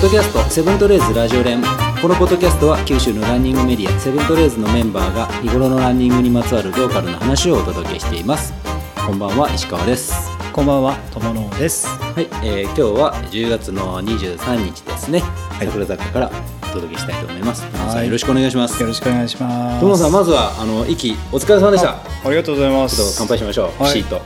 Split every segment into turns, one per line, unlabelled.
ドキャストセブントレーズラジオ連このポッドキャストは九州のランニングメディアセブントレーズのメンバーが日頃のランニングにまつわるローカルな話をお届けしていますこんばんは石川です
こんばんは、とものうです。
はい、えー今日は10月の23日ですね、
い
桜坂からお届けしたいと思います友野さ
は
ん
い
よろしくお願いします
よろしくお願いします。
友野さんまずはあの息お疲れ様でした
ありがとうございま
ちょっと
す。
乾杯しましょう、
はい
ピシッと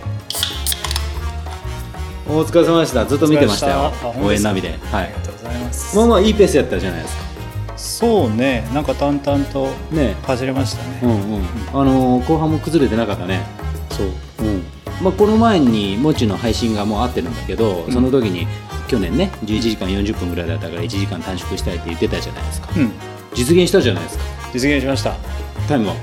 お疲れ様でしたずっと見てました
お疲
よ
れ様でしたあ本当
応
で
援
すか
ナビでは
あり
い
がとうございます。
まあまあいいペースやったじゃないですか
そうね、なんか淡々と
ね
走れました
う
ね。
んうんあのー後半も崩れてなかったね
そう。
うんまあ、この前にもちの配信がもう合ってるんだけど、
うん
その時に去年ね11時間40分ぐらいだったから1時間短縮したいって言ってたじゃないですか
うん、
実現したじゃないですか
実現しました。
タイムは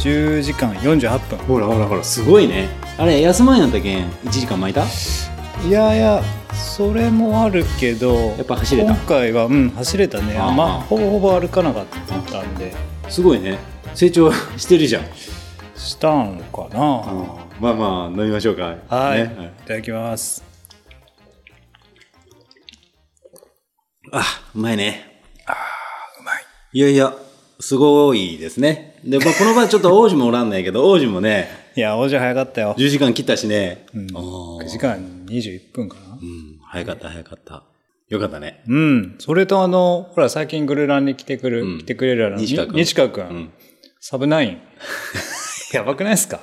10時間48
ほらほらほらすごいねあれ休まんやったけん1時間巻いた
分。いやいや、それもあるけど、や
っぱ走れた
今回はうん走れたね。
あー
まあほぼほぼ歩かなかったんで、
すごいね成長 してるじゃん、
したのかな。
まあまあ飲みましょうか
はい、
ね
い、ただきます。
あうまいね
うまい。
いやいやすごいですねで、まあ、この場ちょっと王子もおらんないけど王子もね
いや、王子早かったよ。
10時間切ったしね、
うん、
あー
9時間21分か
う。
な
ん、早かった早かった。よかったね。
うん。それとあの、ほら、最近グルランに来てくる、
うん
来てくれるあの、
西川君
に西川君、
うん。
サブ ナイン。やばくないですか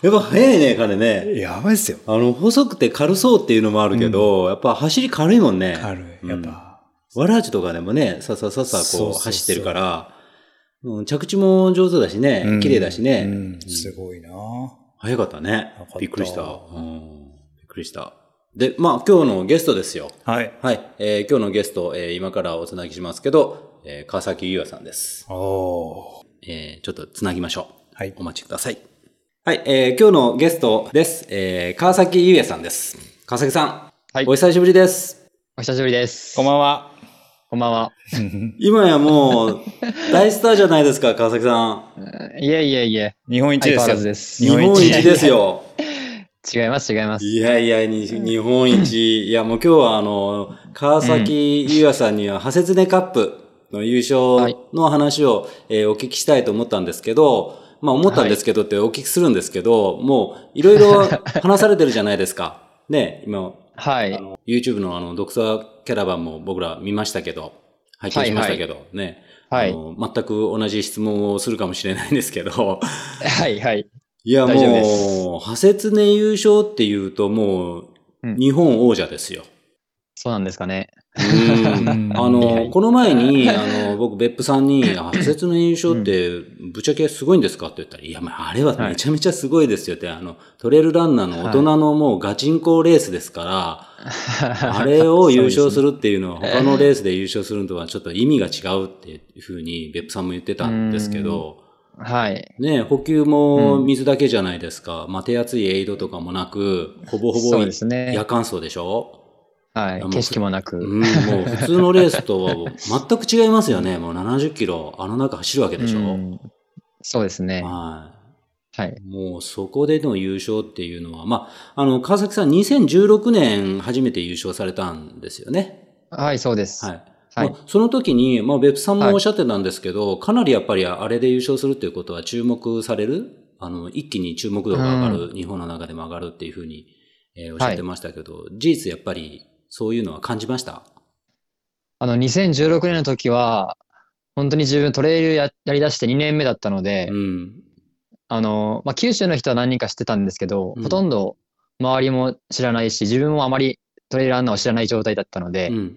やっぱ早いね、彼ね。
やばいっすよ。
あの、細くて軽そうっていうのもあるけど、やっぱ走り軽いもんね。
軽い。や
う
っ
ん。
ぱ。
わらじとかでもね、ささささ
そうそ
こ
うそうう
走ってるから、うん着地も上手だしね、
うん
綺麗だしね、
うんすごいな
早かったね
かった
びっくりした、うんびっくりした。で、まあ今日のゲストですよ。
はい。
はい。えー今日のゲスト、えー今からおつなぎしますけど、えー川崎優也さんです。
おお。
えーちょっとつなぎましょう。
はい
お。待ちください。はい、えー今日のゲストです。えー川崎優也さんです。川崎さん、
はい
お久しぶりです。
お久しぶりです。
こんばんは。
こんばんは。
今やもう、大スターじゃないですか、川 崎さん。
いえいえいえ。
日本一
相変
で
わ
す
ら
よ。。
ずです
日。本一ですよ。
違います違います。
いやいや、に日本一。いや、もう今日はあの、川崎優也さんには、ハセツネカップの優勝の話を、えーお聞きしたいと思ったんですけど、まあ思ったんですけどってお聞きするんですけど、もういろいろ話されてるじゃないですか。ね、今、
はい。
YouTube のあの、ドクターキャラバンも僕ら見ましたけど、拝見しましたけど、ね。
は
あ
い
の全く同じ質問をするかもしれないんですけ ど、
はいはい。
いや
大丈夫で
もう、破切ね優勝っていうともう、
うん
日本王者ですよ。
そうなんですかね。
うんあ
は
の、
い
この前に、あの、僕、別府さんに、あ破切ね優勝って、ぶっちゃけすごいんですかって言ったら、いや、まあ、あれはめちゃめちゃすごいですよって、あの、トレイルランナーの大人のもうガチンコレースですから、 あ
あ
れを優勝するっていうのは他のレースで優勝するのとはちょっと意味が違うっていうふうに別府さんも言ってたんですけど、
はい。
ねえ補給も水だけじゃないですか。まあ、手厚いエイドとかもなく、ほぼほぼ
そうですね
夜間走でしょ
はい
やもう
い。景色もなく。
うん、もう普通のレースとは全く違いますよね。もう70キロあの中走るわけでしょ、
うんそうですね。
はい。
はい。
もうそこでの優勝っていうのは、まあ、あの、川崎さん2016年初めて優勝されたんですよね。
はい、そうです。
はい。
はい
まあ、その時に、まあ、別府さんも
はい
おっしゃってたんですけど、かなりやっぱりあれで優勝するということは注目される、あの、一気に注目度が上がる、日本の中でも上がるっていうふうに、えーおっしゃってましたけど、事実やっぱりそういうのは感じました
あの、2016年の時は、本当に自分トレイルややり出して2年目だったので
う、ん。
あの、まあ、九州の人は何人か知ってたんですけど、
うん
ほとんど周りも知らないし、自分もあまりトレイルランナーを知らない状態だったので
う、ん。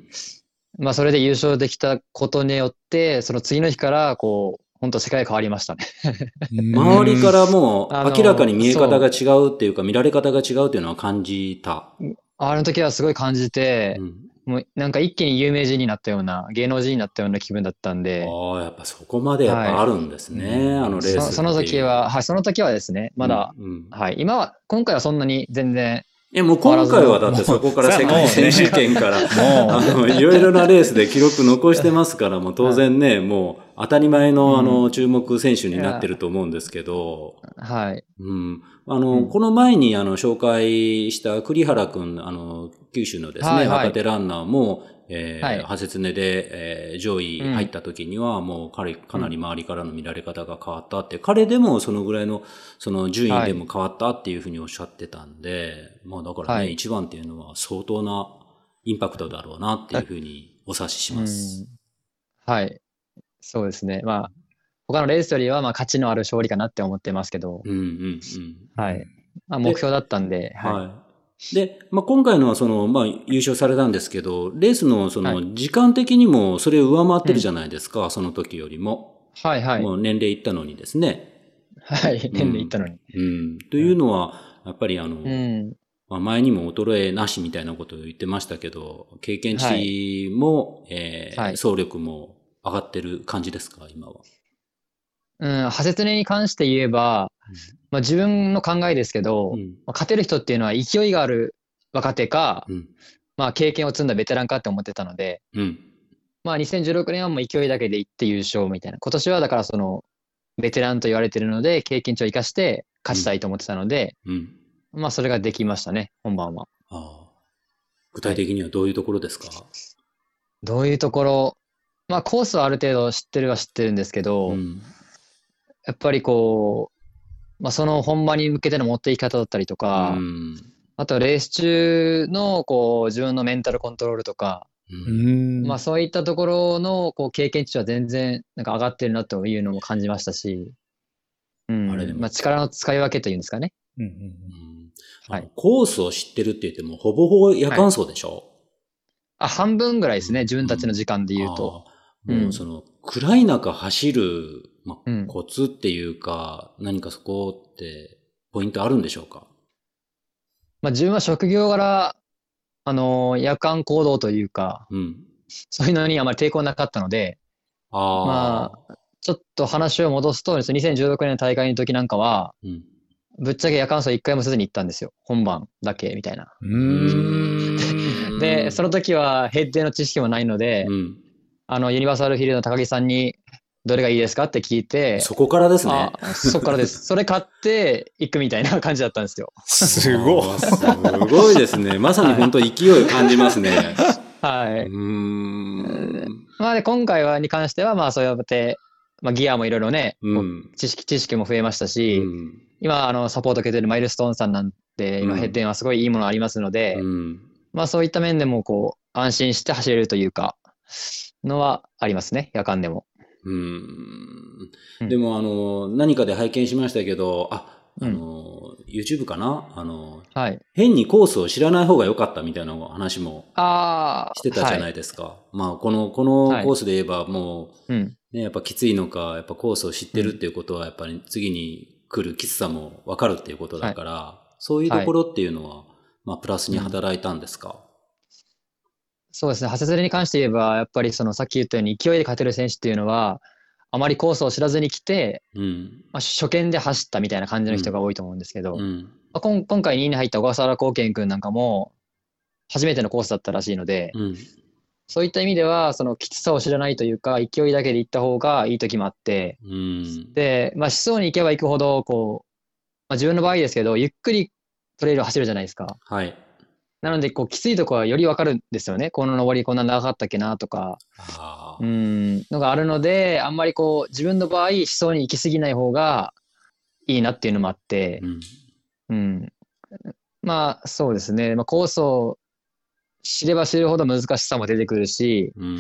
まあ、それで優勝できたことによって、その次の日から、こう、本当世界変わりましたね。
周りかららもう
あの
明らかに見え方が違うっていうか、見られ方が違うっていうのは感じた。
あの時はすごい感じて
う、ん
もうなんか一気に有名人になったような、芸能人になったような気分だったんで、
ああ、やっぱそこまでやっぱあるんですね、
はい
あのレースってい。
そうその時は、はい、その時はですね、まだ、
うん。うん
はい、今は、今回はそんなに全然、
え、もう今回はだってそこから世界選手権から、あの、いろいろなレースで記録残してますから、もう当然ね、もう、当たり前
うん
の、あの、注目選手になってると思うんですけど、
はい。
うん。あの、
うん
この前に、あの、紹介した栗原くん、あの、九州のですね、
はいはい
若手ランナーも、えー
はい
派切ねで、えー上位入った時には、もう彼、かなり周りからの見られ方が変わったって、彼でもそのぐらいの、その順位でも変わったっていうふうにおっしゃってたんで、まあだから
は
ね、
い
一、番っていうのは相当なインパクトだろうなっていうふうにお察しします。
うんはい。そうですね。まあ、他のレースよりは、まあ、価値のある勝利かなって思ってますけど、
うん、うん、うん。
はい。まあ、目標だったんで、はい。
はい。で、まあ、今回のはその、まあ、優勝されたんですけど、レースのそ
は
の、時間的にもそれを上回ってるじゃないですか、その時よりも。
はい、はい。
もう年齢いったのにですね。
はい。年で行ったのに。
うん。というのは、やっぱりあの、
うん。
まあ、前にも衰えなしみたいなことを言ってましたけど、経験値も、えー
はい
総力も上がってる感じですか、今は。
うん、派切ねに関して言えば、まあ、自分の考えですけど、
うん。
まあ勝てる人っていうのは勢いがある若手か、
うん。
まあ、経験を積んだベテランかって思ってたので、
うん。
まあ、2016年はもう勢いだけでいって優勝みたいな。今年はだからその、ベテランと言われてるので、経験値を生かして勝ちたいと思ってたので、
うん。
まあ、それができましたね、本番は。
ああ。具体的にはどういうところですか、
どういうところ、まあ、コースはある程度知ってるは知ってるんですけど、
うん。
やっぱりこう、まあ、その本番に向けての持っていき方だったりとか、
うん。
あとレース中のこう自分のメンタルコントロールとか、
うん
うん
まあ、そういったところのこう経験値は全然なんか上がってるなというのも感じましたし、うん
あれでも
まあ、力の使い分けというんですかね。
うんうん
うん
はい
あのコースを知ってるって言っても、ほぼほぼ夜間走でしょ、
あ半分ぐらいです
う
ね、
ん
自分たちの時間で言うと。
あー。もうその、暗い中走る、ま
う
あ、
ん
コツっていうか、何かそこって、ポイントあるんでしょうか
まあ、自分は職業柄、あのー夜間行動というか、
うん。
そういうのにあまり抵抗なかったので、
ああ。
ちょっと話を戻すと、2016年の大会の時なんかは、
うん。
ぶっちゃけ夜間走一回もせずに行ったんですよ。本番だけみたいな。
うーん
で、その時はヘッデの知識もないので、
うん。
あの、ユニバーサルフィールドの高木さんに、どれがいいですかって聞いて、
そこからですね。
あそっか らです。それ買って行くみたいな感じだったんですよ。
すごい
あーすごいです ね。まさに本当勢いを感じますね。
は
う
い。
ー ん。
まあで、今回はに関しては、まあそうやって、まあギアもいろいろね、こう
うん。
知識、知識も増えました
う
し、
ん。
今、あの、サポート受けてるマイルストーンさんなんて、今
うん
ヘッデンはすごいいいものありますので、
うん
まあそういった面でもこう、安心して走れるというか、のはありますね、夜間でも。
うー
うんん
でも、あの、何かで拝見しましたけど、あ、
う
あ
ん
の、YouTube かなあの、
はい。
変にコースを知らない方が良かったみたいな話も
ああ。。
してたじゃないいですか。まあ、この、このコースで言えばも
うん。
う、ね、やっぱきついのか、やっぱコースを知ってるっていうことは、やっぱり次に来るきつさもわかるっていうことだから、そういうところっていうのは、まあ、プラスに働いたんですか。
そうですね。長谷連に関して言えば、やっぱりそのさっき言ったように勢いで勝てる選手っていうのは、あまりコースを知らずに来て、
うん。
まあ、初見で走ったみたいな感じの人が多いと思うんですけど、
う
ま
ん。
あ、こん今回2位に入った小笠原光健君なんかも、初めてのコースだったらしいので、
うん。
そういった意味では、そのきつさを知らないというか、勢いだけで行った方がいい時もあって、
うん。
で、まあ、思想に行けば行くほど、こう、まあ、自分の場合ですけど、ゆっくりトレイルを走るじゃないですか。
はい。
なので、こう、きついとこはよりわかるんですよね。この登りこんな長かったっけなとか、
ああ
う。ん、のがあるので、あんまりこう、自分の場合、思想に行き過ぎない方がいいなっていうのもあって
う、ん。
うん。まあ、そうですね。まあ、コースを知れば知るほど難しさも出てくるし、
うん。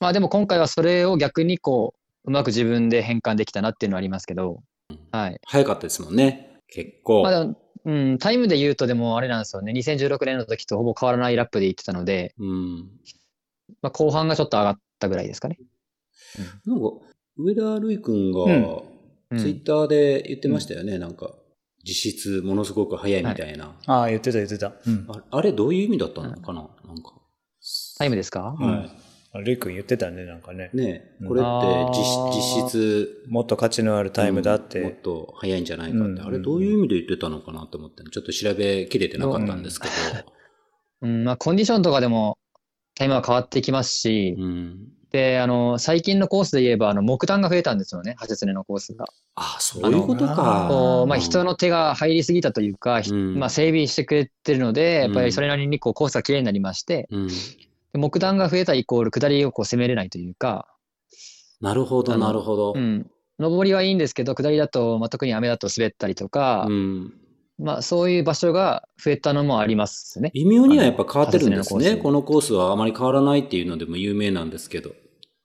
まあでも今回はそれを逆にこう、うまく自分で変換できたなっていうのはありますけど、はい。
早かったですもんね。結構。
まあでもうん、タイムで言うとでもあれなんですよね。2016年の時とほぼ変わらないラップで行ってたので、
うん。
まあ、後半がちょっと上がったぐらいですかね。
なんか、上田瑠く君が、
うん
ツイッターで言ってましたよね、なんか、実質ものすごく早いみたいな。
ああ、言ってた言ってた。うん。
ああれ、どういう意味だったのかな、なんか。
タイムですか
うん
は
あレイ君言ってたね、なんかね
い。。ね
うん
これって
あー
実実質、
もっと価値のあるタイムだっ。
うんもってと早いんじゃないかって、
うん
あれどういう意味で言ってたのかなと思って、ちょっと調べきれてなかったんですけど。
うん、まあコンディションとかでもタイムは変わってきますし、
うん。
で、あの、最近のコースで言えば、あの、木炭が増えたんですよね、ハセツネのコースが。
あ、そういうことか。
こう、まあ、
うん
人の手が入りすぎたというか、ひ
うん
まあ、整備してくれてるので、やっぱ
うん
りそれなりにこうコースが綺麗になりまして、
うん。
で木段が増えたイコール下りをこう攻めれないというか、
なるほど、
あの
なるほど
う。ん、上りはいいんですけど、下りだと、まあ、特に雨だと滑ったりとか、
うん。
まあ、そういう場所が増えたのもありますね。
微妙にはやっぱ変わってるんです
あのハセ
ね。
ツネのコース
このコースはあまり変わらないっていうのでも有名なんですけど。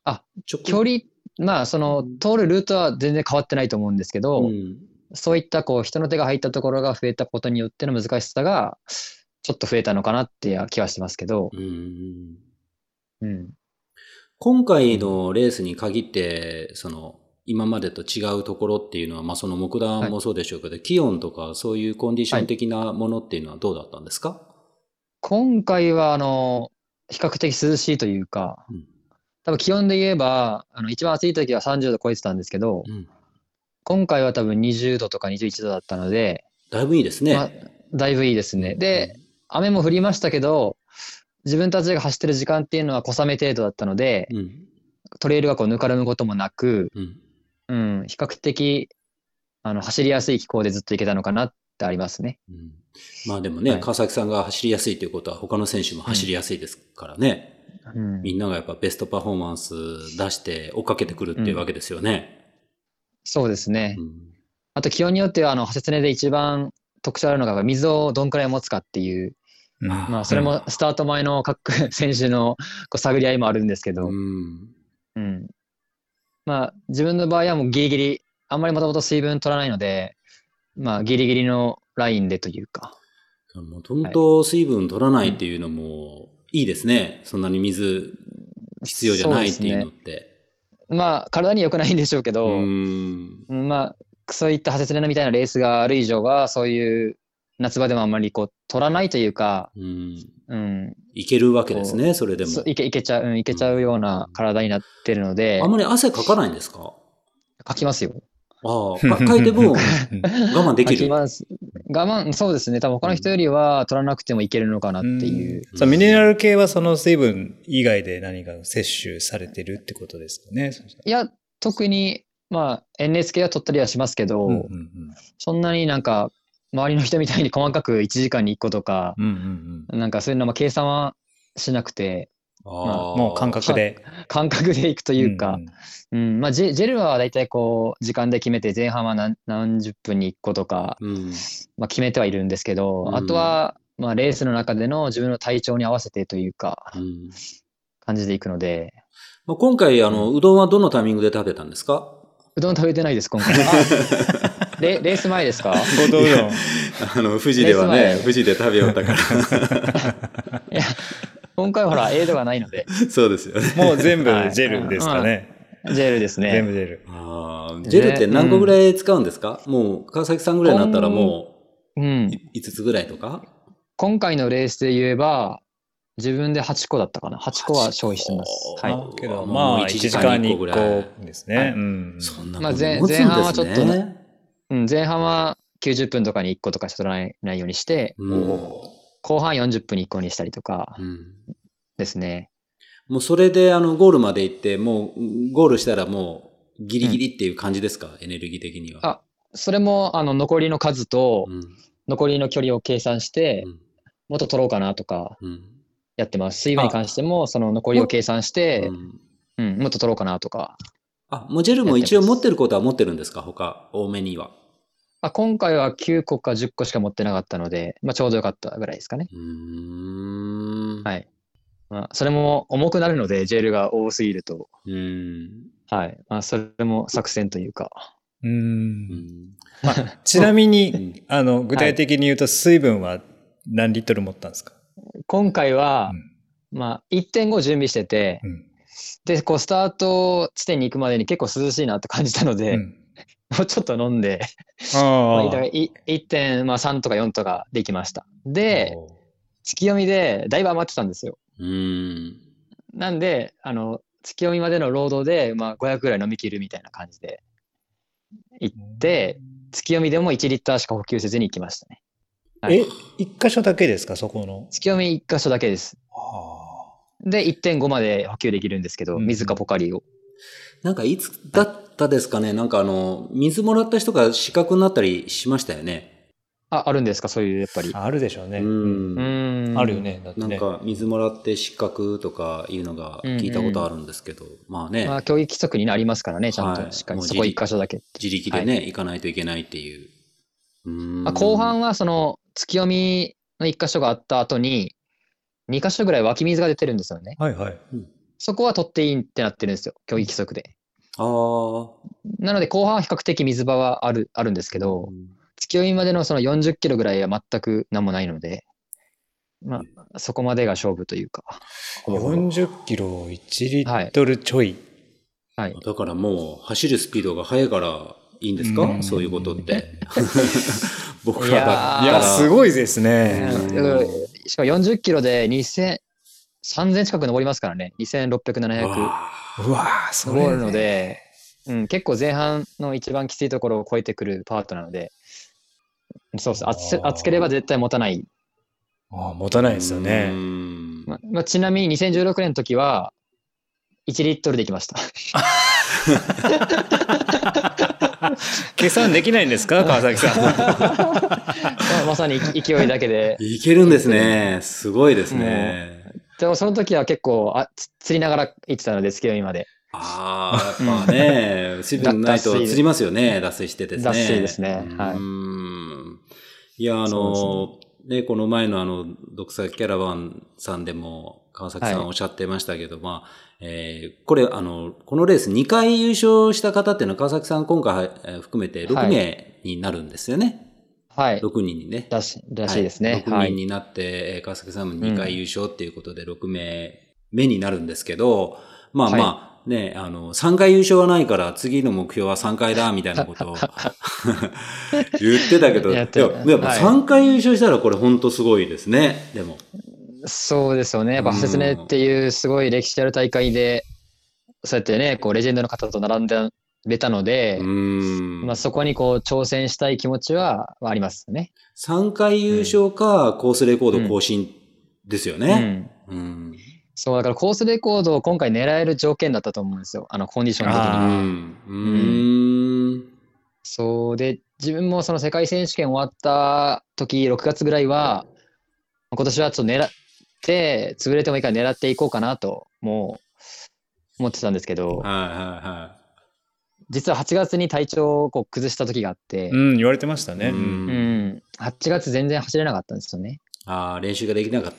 あ、
直
距離、まあ、その通るルートは全然変わってないと思うんですけ
う
ど、
ん。
そういったこう人の手が入ったところが増えたことによっての難しさが、ちょっと増えたのかなっていう気はしてますけど、
うん。
うん、
今回のレースに限って、その、今までと違うところっていうのは、まあ、その木段もそうでしょうけど、気温とかそういうコンディション的なものっていうのはどうだったんですか、
今回はあの比較的涼しいというか、
うん
多分気温で言えばあの一番暑い時は30度超えてたんですけど、
うん
今回は多分20度とか21度だったので、
だいぶいいですね。
まあだいぶいいですね。で、雨も降りましたけど、自分たちが走ってる時間っていうのは小雨程度だったので、
うん。
トレイルがこうぬかるむこともなく、
うん。
うん、比較的あの走りやすい気候でずっと行けたのかなってありますね。
うんまあでもね、
はい
川崎さんが走りやすいということは、他の選手も走りやすいですからね、
うん
みんながやっぱベストパフォーマンス出して追っかけてくるっていうわけですよね。
そうですね。
うん
あと気温によっては、あの、ハセツネで一番特徴あるのが、水をどんくらい持つかっていう、まあ、それもスタート前の各選手のこう探り合いもあるんですけど、
うん
うん。まあ、自分の場合はもうギリギリ、あんまりもともと水分取らないので、まあ、ギリギリのラインでというか、
もともと水分取らないっていうのもいいですね。そんなに水必要じゃないっていうのって。
まあ、体に良くないんでしょうけ
う
ど、
ん
まあ、そういったハセツネみたいなレースがある以上は、そういう夏場でもあんまりこう、取らないというか、
うん
うん、
いけるわけですね、それでも
そう。いけいけちゃう、うんいけちゃうような体になってるので、
あんまり汗かかないんですか
書きますよ。
ああ、か書いて分我慢で
書
き
き
る。
ます。我慢、そうですね。多分他の人よりは取らなくてもいけるのかなっていう。
うんそうミネラル系はその成分以外で何か摂取されてるってことですかね。そうした
いや、特に、まあ、NS 系は取ったりはしますけど、
らうんうん
そんなになんか、周りの人みたいに細かく1時間に1個とか、
うんうんうん
なんかそういうのは計算はしなくて、
ああ
もう感覚で。
感覚でいくというか、
んん
うんまあ、ジェジェルは大体こう時間で決めて前半は何何十分に1個とか、
うん
まあ、決めてはいるんですけど、
うん
あとは、まあ、レースの中での自分の体調に合わせてというか
うん
感じでいくので
まあ今回、あの、うどんはどのタイミングで食べたんですか
うどん食べてないです今回あレレース前ですか
行動うどん
あの、富士ではね
レース前、
富士で食べようだから。
今回ほらエイドがないので
そうですよね。
もう全部
はい
ジェルですかね。
ジェルですね
全部ジェル。
ああ、ジェルって何個ぐらい使うんですか、もう、川崎さんぐらいになったらも
うん
う、い5つぐらいとか
今回のレースで言えば自分で8個だったかな8個は消費してます
は
はい
あ
い
けど、
もう
まあ、1時間に
一時間に一個ぐ
1
らい
個です
は
ね
い。
うんうん
そんな
まあ
こと
前
持つんですね。
前半はちょっとねうん、前半は90分とかに1個とかしか取らないないようにして
うん
後半40分に1個にしたりとか
うん
ですね
もうそれであのゴールまで行って、もうゴールしたらもうギリギリっていう感じですか、エネルギー的には。
あそれもあの残りの数と、
うん
残りの距離を計算して、
うん
もっと取ろうかなとか
うん
やってます。水分に関しても、その残りを計算して
う、ん
うん、もっと取ろうかなとか。
あ、もうジェルも一応持ってることは持ってるんですか他、多めには。
あ今回は9個か10個しか持ってなかったので、まあ、ちょうどよかったぐらいですかね。
うーん。
はいまあ、それも重くなるので、ジェルが多すぎると。
うん。
はい。まあ、それも作戦というか。
う
うんん
ちなみに、
うん
あの、具体的に言うと水分は何リットル持ったんですか、
今回は、
うん
まあ、1.5準備してて、
うん
で、こう、スタート地点に行くまでに結構涼しいなと感じたので、
うん
もうちょっと飲んで、まあ、
あ
だから
あ。
い1.3とか4とかできました。で、月読みでだいぶ余ってたんですよ。
うん。
なんで、あの、月読みまでの労働で、まあ、500ぐらい飲み切るみたいな感じで行って、月読みでも1リッターしか補給せずに行きましたね。はい
え、一箇所だけですか、そこの。
月読み1箇所だけです。で、1.5まで補給できるんですけど、
うん
水かポカリを。
なんかいつだったですかね、なんかあの、水もらった人が死角になったりしましたよね。
あ、あるんですかそういう、やっぱり。
あるでしょうね。
うん。
うん
あるよ。ね。だって
なん
ね。
か水もらって失格とかいうのが聞いたことあるんですけど、まあね、
まあ、競技規則になりますからね、ちゃん
は
と。
い
しっかり、
もう
そこ
自力
1箇所だけ。
自力でね、行かないといけないっていう。うーん
まあ、後半は、その、月読みの1箇所があった後に、2箇所ぐらい湧き水が出てるんですよね。
はいはい。
そこは取っていいってなってるんですよ、競技規則で。
あー
なので、後半は比較的水場はあるあるんですけど、月読みまでのその40キロぐらいは全く何もないので、まあ、そこまでが勝負というか。
40キロを1リットルちょい。
はい。
だからもう走るスピードが速いからいいんですか、
うん
そういうことって。僕らだったら。
いやー
ごいですね
うん
だからしかも40キロで2000、3000近く登りますからね。2600、700
わ
うわー、す
登
ごい
る。ので、うん、結構前半の一番きついところを超えてくるパートなので、そうです。暑
あー
暑ければ絶対持たない。
あー持たないですよ
うー
ね。
ん
ままあ、ちなみに2016年の時は、1リットルで行きました。
計算できないんですか川崎さ
まあまさに勢いだ けで。
いけるんですね。すごいですね。
でもその時は結構あつ釣りながら行ってたので、月読みまで。
ああ、やっぱ ね、水分ないと
脱水
釣りますよね。脱水しててね。
脱水ですねはい
ー
う
ん。いや、あ
そ
の、ね、この前のあの、独裁キャラバンさんでも、川崎さ
はい
んおっしゃってましたけど、まあ、えーこれ、あの、このレース2回優勝した方っていうのは、川崎さん今回はえー含めて6名になるんですよね。
はい。
6人にね。
らしらしいですね。
6
は
人
い。
になって、えー川崎さんも2回優勝っていうことで6名目になるんですけど、まあまあ、ね、あの、3回優勝はないから次の目標は3回だ、みたいな ことを言ってたけど、い
や
や、
ってた
でも
はい
3回優勝したらこれ本当すごいですね、でも。
そうですよね。やっぱ、
うん
説明っていうすごい歴史ある大会で、そうやってね、こう、レジェンドの方と並んで出たの
う
で
ー、ん。
まあ、そこにこう、挑戦したい気持ちは、まあありますね。
3回優勝か、コースレコード更新ですよ
う
ね。
ん。
うん。
そう、だからコースレコードを今回狙える条件だったと思うんですよ。あの、コンディション的
う
に
あー。
ん。うーん。
そうで、自分もその世界選手権終わった時、6月ぐらいは、今年はちょっと狙って、潰れてもいいから狙っていこうかなと、もう、思ってたんですけど、
はいはいはい。
実は8月に体調をこう崩した時があって、
ん。うん、言われてましたね。
う
うんん、8月全然走れなかったんですよね。
ああ、練習ができなかっ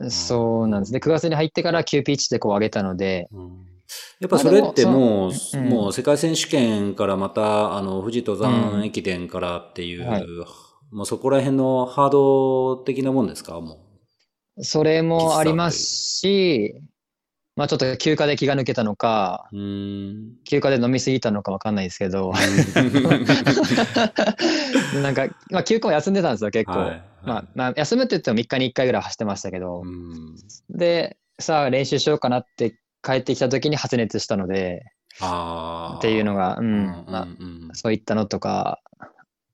た。
そうなんですね。9月に入ってから急ピッチでこう上げたので、
うんやっぱそれってもう、
あでもそううん
もう世界選手権からまた、あの、富士登山駅伝からっていう、
うんはい
もうそこら辺のハード的なもんですかも
それもありますし、まあちょっと休暇で気が抜けたのか、
う。うーん。
休暇で飲みすぎたのかわかんないですけ ど、なんか、まあ、休暇も休んでたんですよ、結構。
はい
まあ、まあ、休むって言っても3日に1回ぐらい走ってましたけど、
うん
で、さあ、練習しようかなって帰ってきた時に発熱したので、
ああ。
っていうの
が、
が、う、
うんんうん
まあ、
うん
そういったのとか、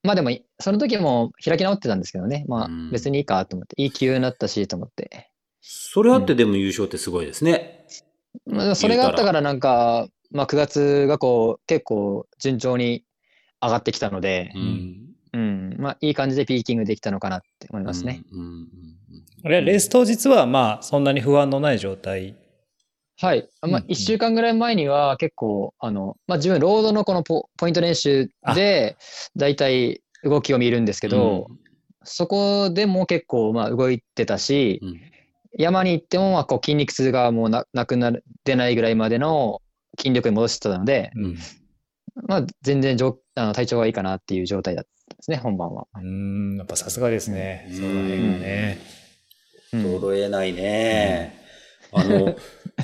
まあでも、その時も開き直ってたんですけどね、まあ
うん、
別にいいかと思って、いい気になったしと思って。
それあってでも優勝ってすごいですね。
まあ、でもそれがあったから、なんか、まあ、9月がこう、結構順調に上がってきたので
う、
ん
ん。
うん、まあ、いい感じでピーキングできたのかなって思いますね。
うん。うん
あれはレース当日は、まあ、そんなに不安のない状態。
はい。ま
うん、
あ1週間ぐらい前には結構、あの、まあ、自分、ロードのこのポ、ポイント練習で、だいたい動きを見るんですけど、そこでも結構、まあ、動いてたし
う、ん。
山に行っても、まあ、こう、筋肉痛がもうな、なくなる、出ないぐらいまでの筋力に戻してたので、
うん。
まあ、全然状、あの、体調がいいかなっていう状態だったんですね、本番は。
うん、やっぱさすがですね。
うん
その辺がね。
うん
衰えないね。あの、そのコ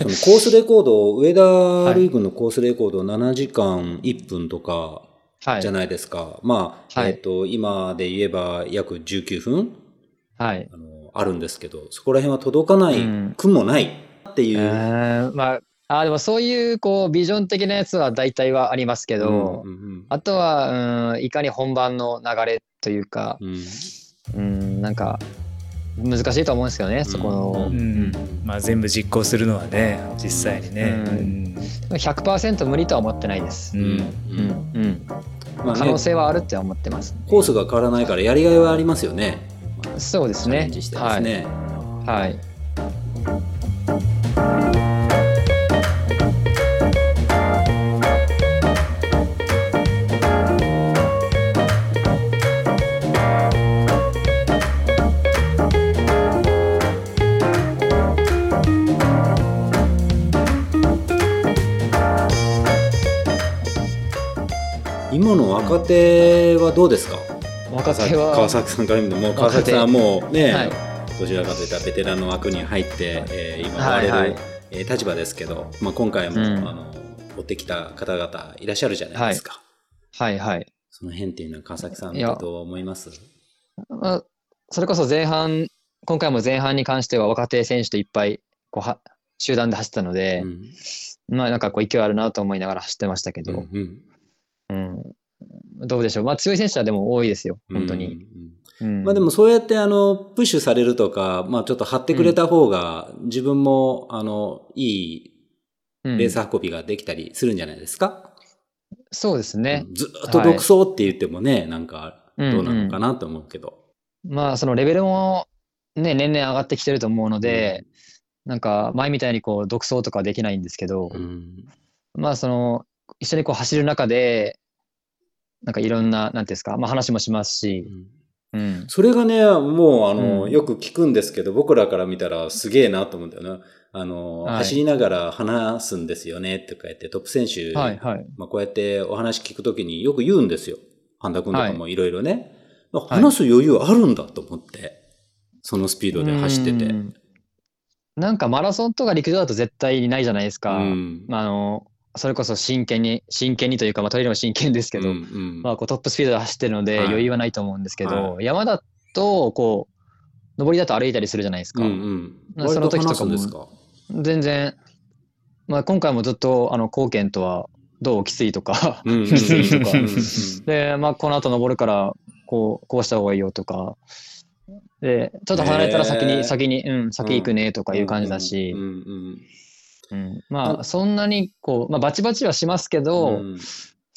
ースレコード、上田瑠衣君のコースレコード7時間1分とか
はい
じゃ。ないですか。まあ、
はい
えっ、と、今で言えば約19分
はい。
あのあるんですけど、そこら辺は届かない、
うん
苦もないっていうう。
ーん、まあ、あー、でもそういう、こう、ビジョン的なやつは大体はありますけ
け
ど、
うんうん
あとは、うん、いかに本番の流れというか、
うん
うん、なんか、難しいと思うんですけどね、そこの
う。んまあ、全部実行するのはね実際にね、
うん100%無理とは思ってないです
う。ん
うんうん
うん
まあ
可
ね
能性はあるって思ってます。
コースが変わらないからやりがいはありますよね。
そうです
チャレ
ね
ンジし。てで
は
す
い。
ね。
はい。
今の若手はどうですか
若
川
手
崎
は。
川崎さんから見てももう川崎さんは
若手
もうね、
はい
どちらかというとベテランの枠に入って、えー今追わ
は
れ
い
る、
はい
えー立場ですけど、まあ、今回も、
うん
あの追ってきた方々いらっしゃるじゃないですか、
はいはい。
その辺っていうのは川崎さん
いや
どう思います
まあ、それこそ前半、今回も前半に関しては若手選手といっぱいこうは集団で走ってたので、
うん
まあなんかこう勢いあるなと思いながら走ってましたけ
う
ど、
ん
うんどうでしょう。まあ強い選手はでも多いですよ、本当に。、
う
うん
んまあ、でもそうやってあのプッシュされるとか、まあ、ちょっと張ってくれた方が自分もあのいいレース
うん
運びができたりするんじゃないですか、
そうですね。
ずーっと独走って言ってもね、なんかどうなのかなと思うけど。
まあそのレベルもね、年々上がってきてると思うので、なんか前みたいにこう独走とかはできないんですけど、
うん
まあその一緒にこう走る中で、なんかいろんな、なんていうんですか、まあ話もしますし、うん。
それがね、もうあの、
うん
よく聞くんですけど、僕らから見たらすげえなと思うんだよね。あの、
はい
走りながら話すんですよねとか言って、トップ選手、
はいはい。
まあ、こうやってお話聞くときによく言うんですよ。半田君とかもいろいろね。
い
話す余裕あるんだと思って、そのスピードで走ってて
う。んなんかマラソンとか陸上だと絶対にないじゃないですか。
うん
まあ、あの、それこそ真剣に、真剣にというか、まあ、トイレも真剣ですけど、
うんうん
まあ、こうトップスピードで走ってるので
はい
余裕はないと思うんですけど、
は
山だと、こう、上りだと歩いたりするじゃないです
う
か。
んうん、
その時と
割話
かも
すんですか
全然、まあ、今回もずっと、あの、貢献とは、どうきついとか、
うんうんうん
きついとか
うんうん
で、まあ、この後登るから、こう、こうした方がいいよとか、で、ちょっと離れたら先
へ
に、
ー
先に、うん、先行くね とかいう感じだし、
うんうん
うんま
あ
あ、そんなに、こう、まあ、バチバチはしますけ
うん
ど、
うん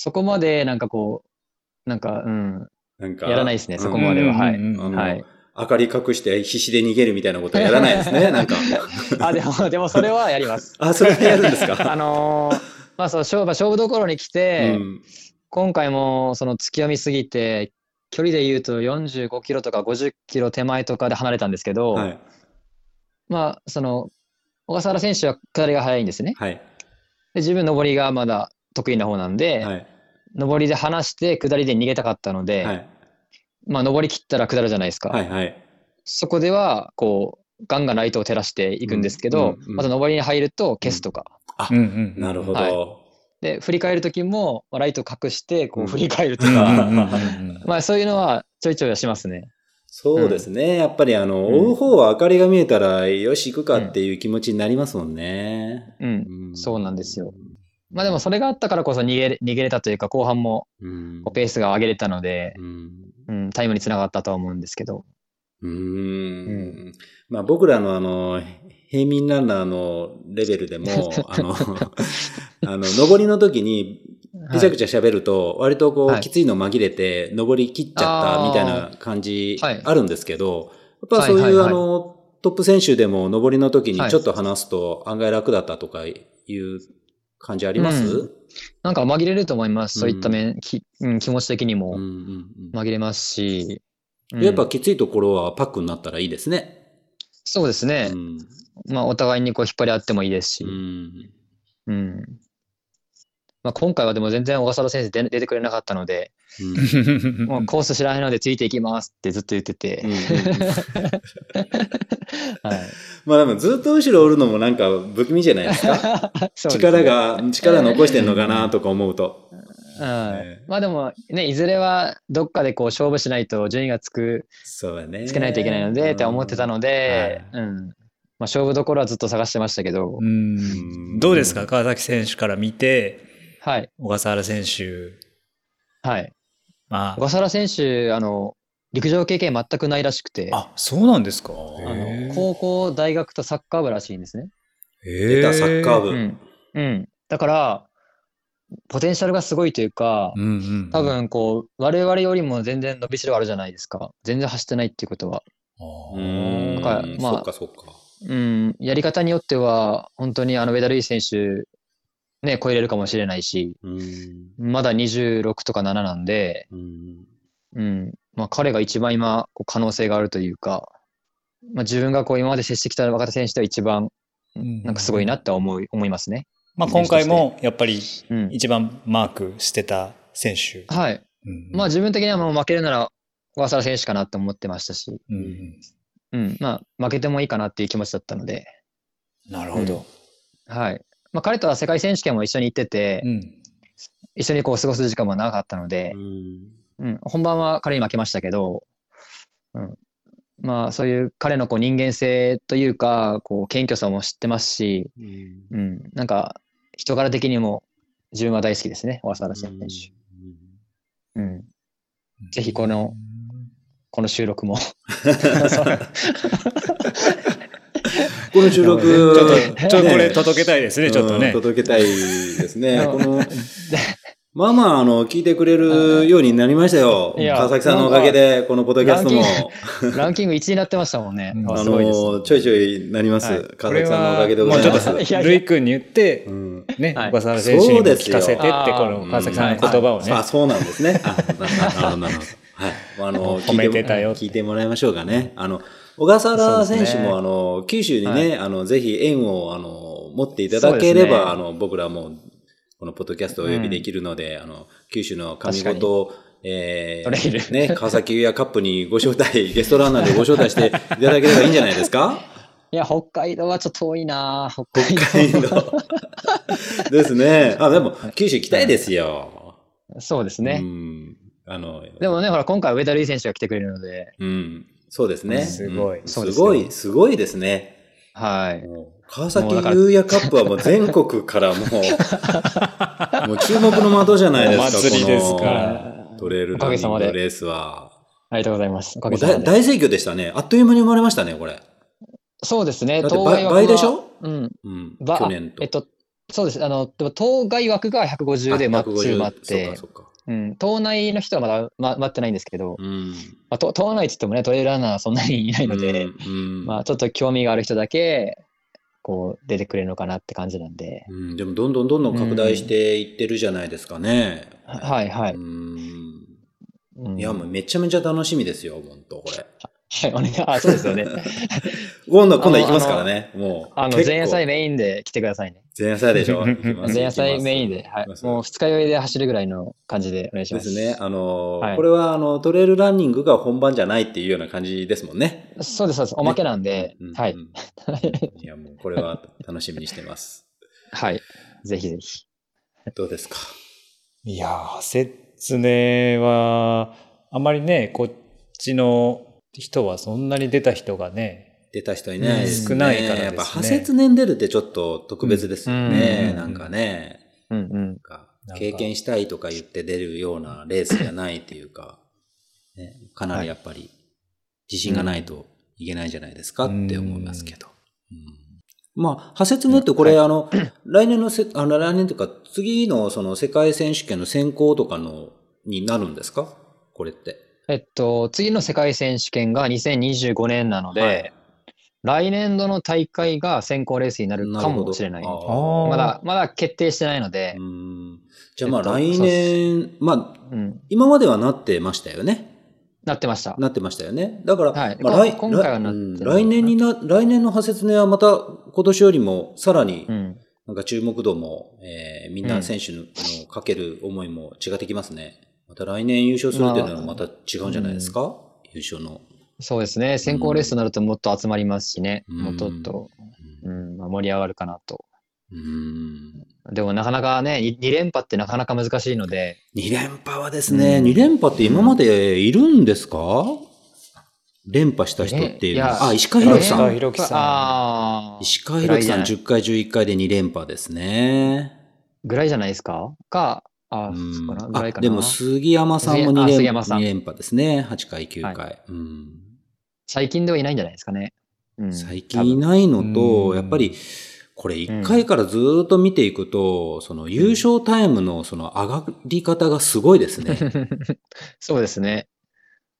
そこまで、なんかこう、なんか、うん、
なんか
やらないですね、そこまでは。はい。
うん
あの
はい。
明かり隠して必死で逃げるみたいなことはやらないです ね、なんか。
あ、でも、で も、それはやり ます。
あ、それでやるんです
あ
か。
のーまあ、そう、勝負、勝負どころに来て、
うん
今回も、その、突き読みすぎて、距離で言うと45キロとか50キロ手前とかで離れたんですけど、
はい。
まあ、その、小笠原選手は下りが早いんですね。
はい。
で、自分、上りがまだ得意な方なんで、
はい。
上りで離して、下りで逃げたかったので、
はい。
まあ、上り切ったら下るじゃないですか。
はい。はい。
そこでは、こう、ガンガンライトを照らしていくんですけど、
うんうんうん
また上りに入ると消すとか。
うんうん
なるほ
はい
ど。
で、振り返るときも、まあライト隠して、こ
う
うん振り返ると
うん
か、
うんうんうん
まあそういうのはちょいちょいはしますね。
そうですね。やっぱりあの、
うん
追う方は明かりが見えたら、よし、行くかっていう気持ちになりますもんね。
うん。
う
そうなんですよ。まあでもそれがあったからこそ逃げれ逃げれたというか、後半も
うん
こうペースが上げれたので、
うん
うん、タイムにつながったとは思うんですけど。
うー。
うん
まあ僕らのあの、平民ランナーのレベルで も、あの、あの、上りの時に、
は
ぐ
い
ちゃぐちゃ喋ると、割とこう、
はい
きついの紛れて、上り切っちゃったみたいな感じ
はい
あるんですけど、やっぱそう
はいいうはい
あ
はい
の、トップ選手でも上りの時
は
に
い
ちょっと話すと案外楽だったとかいう感じあります、
うんなんか紛れると思います。
うん
そういった面、きうん、気持ち的に
うん、う
も
んうん
紛れますし。うん
やっぱきついところはパックになったらいいですね。
そうですね
う。ん。
まあお互いにこう引っ張り合ってもいいですし。
うん
うん。まあ、今回はでも全然小笠原先生出出てくれなかったので、
うん
もうコース知らないのでついていきますってずっと言ってて、 はい。
まあでもずっと後ろおるのもなんか不気味じゃないですか。
そうですね
力、が、力残してんのかなとか思うと。
うん。まあでもね、いずれはどっかでこう勝負しないと順位がつく、
そうだね。
つけないといけないのでって思ってたので、うん。まあ勝負どころはずっと探してましたけど
う、んどうですか川崎選手から見て
はい。
小笠原選手
はい。
まあ
小笠原選手、あの、陸上経験全くないらしくて、あ
あ、そうなんですか。
の高校、大学とサッカー部らしいんですね。
出
出
たサッカー部。
うん。うん。だから、ポテンシャルがすごいというか、
うんうん。
多。分こう、我々よりも全然伸びしろあるじゃないですか。全然走ってないっていうことは。
う
あ
ん
だからまあ
そっかそっか。
うん。やり方によっては、本当にあの、上田瑠唯選手、ね、超えれるかもしれないし、
うん。
まだ26とか7なんで、
うん。
うん。まあ、彼が一番今、こう可能性があるというか、まあ、自分がこう、今まで接してきた若手選手とは一番、
ん
なんかすごいなって思い、思いますね。
まあ今回もやっぱり
うん。
一番マークしてた選手。
はい。
うん
まあ、自分的にはもう負けるなら、小笠原選手かなと思ってましたし、
うんうん
うん。まあ、負けてもいいかなっていう気持ちだったので、
なるほど。
はい。まあ、彼とは世界選手権も一緒に行ってて、
うん
一緒にこう過ごす時間も長かったので、うん、本番は彼に負けましたけど、うん、まあそういう彼のこう人間性というか、こう謙虚さも知ってますし、
うん
うん、なんか人柄的にも自分は大好きですね、小笠原選手。うん、ぜひこの、この収録も。
この収録、
ちょっと、 ちょっとこれ
ね
届けたいですね、ちょっと
うん
ね。
届けたいですね。
う
こ
ん
の、まあまあ、あの、聞いてくれるようになりましたよ。
いや
川崎さんのおかげで、このポッドキャストも、
ランキング1位になってましたもんね。
うん
あ
あ
すごいですね。
の、ちょいちょいなります。
はいこ
川
れ
崎さんのおかげで
は
ご
もう
ざ
ち
い
ょ
ま
っ
す。
と
いやいや
ルイ君に言って
う、ん
ね、
はい
小笠原選手にも聞かせてって、こ
あー
の川崎さんの言葉をね
あ、。そうなんです ね。あ、なななるほど、なるほど。はい。あの、
褒めてたよ
聞いて聞いてもらいましょうかね。あの、小笠原選
そ
手
うですね
も、あの、九州にね、
は
あの、ぜひ縁を、あの、持っていただけれ
そうです
ば、
ね
あの、僕らも、このポッドキャストをお呼びできるので、あの、九州の神
確かに
事を、え
トレイル
ね、川崎ウィアカップにご招待、ゲストランナーでご招待していただければいいんじゃないです か
いや、北海道はちょっと遠いな北海
北海
道。
道。ですね。あ、でも、九州行きたいですよ。
そうです
う
ね。
ん。あの、
でもね、ほら、今回は上田瑠唯選手が来てくれるので、
うん。そうですね。
すごい
うん
そう
す
ですよ
ごい、すごいですね。
はい。
もう川崎優也カップはもう全国から もう、もう注目の的じゃないですか。
お祭りです
こ
から
のトレイル
おか
ラン
げ
ニン
さま
グ
で
レースは。
ありがとうございます。おか
も
げ
う
さ
大
まで。
大盛況でしたね。あっという間に生まれましたね、これ。
そうですね、
だって
当
倍
該枠
倍で
は
しょ
うん、
うん。
ば
去年と。
えっと、そうです。あの、でも当該枠が150でマッチ埋まっ
あ150
て、
そうか、そうか。
うん、当内の人はまだ、ま、待ってないんですけど、
うん。
まあ、と当内って言ってもね、トレイルランナーはそんなにいないので、
うん、
まあ、ちょっと興味がある人だけ、こう、出てくれるのかなって感じなんで、
うん、でもどんどんどんどん拡大していってるじゃないですかね。
はいはい。
うん。
うん
いや、もうめちゃめちゃ楽しみですよ、本当これ。
はい、お願い、あ、そうで すよね。
今度、今度行きますからね。もう。
あの、
結構
前夜祭メインで来てくださいね。
前夜祭でしょ。行きます
前夜祭メインで、はい
行きま。す
もう二日酔いで走るぐらいの感じでお願いし
で
ますす。
ね。あのー
はい
これはあのトレイルランニングが本番じゃないっていうような感じですもんね。
そうです、そうです。おまけなんで
うん、
は
う
い。
んいや、もうこれは楽しみにして ます。
はい。ぜひぜひ。
どうですか
いやー、説明は、あまりね、こっちの人はそんなに出た人がね、
出た人いないですね。
少ないからですね
やっぱ、派節年出るってちょっと特別ですよね。
うん
なんかね。
うんうん。
なんか
なんか
経験したいとか言って出るようなレースじゃないっていう か、ね、かなりやっぱり自信がないといけないんじゃないですかって思いますけど。うんまあ、派切ねってこれ、あの、 来年のせ、あの、来年というか、次のその世界選手権の選考とかの、になるんですかこれって。
えっと、次の世界選手権が2025年なので、
はい
来年度の大会が選考レースになる
な
かもしれない。
るほど
あー
まだ、まだ決定してないの
あ
で
ーう、んじゃあまあ
えっと
来年、まあ、
うん、
今まではなってましたよね。
なってました。
なってましたよね。だから、
はい
まあ、
こ
来
今回はなって
うん
ない
来年にな、来年の派節ねはまた今年よりもさらに
うん、
なんか注目度も、えーみん
う
なん選手の,、かける思いも違ってきますね。また来年優勝するっていうのはまた違うんじゃないですか、優勝の。
そうですね。選考レースになるともっと集まりますしね。
うん
もっとっと、うん、まあ盛り上がるかなと。
うん。
でもなかなかね、2連覇ってなかなか難しいので、
2連覇はですね、
うん
二2連覇って今までいるんですか連覇した人っていうの
いや
は。あ、石川博樹さ
石
ん。
川博樹さん
ああ、
石川博樹さん
ぐらいじゃな
10
い
回11回で2連覇ですね。
ぐらいじゃないですかか、あ、
うん
そっかな、ぐらい
あ
かな。
でも杉山さんも2
杉
連
あ杉山さん
二連覇ですね。8回、9回。
は
うん
最近ではいないんじゃないですかね。うん、
最近いないの
う
と、
ん
やっぱり、これ1回からずーっと見ていくと、その優勝タイムのその上がり方がすごいですね。
多分 そうですね。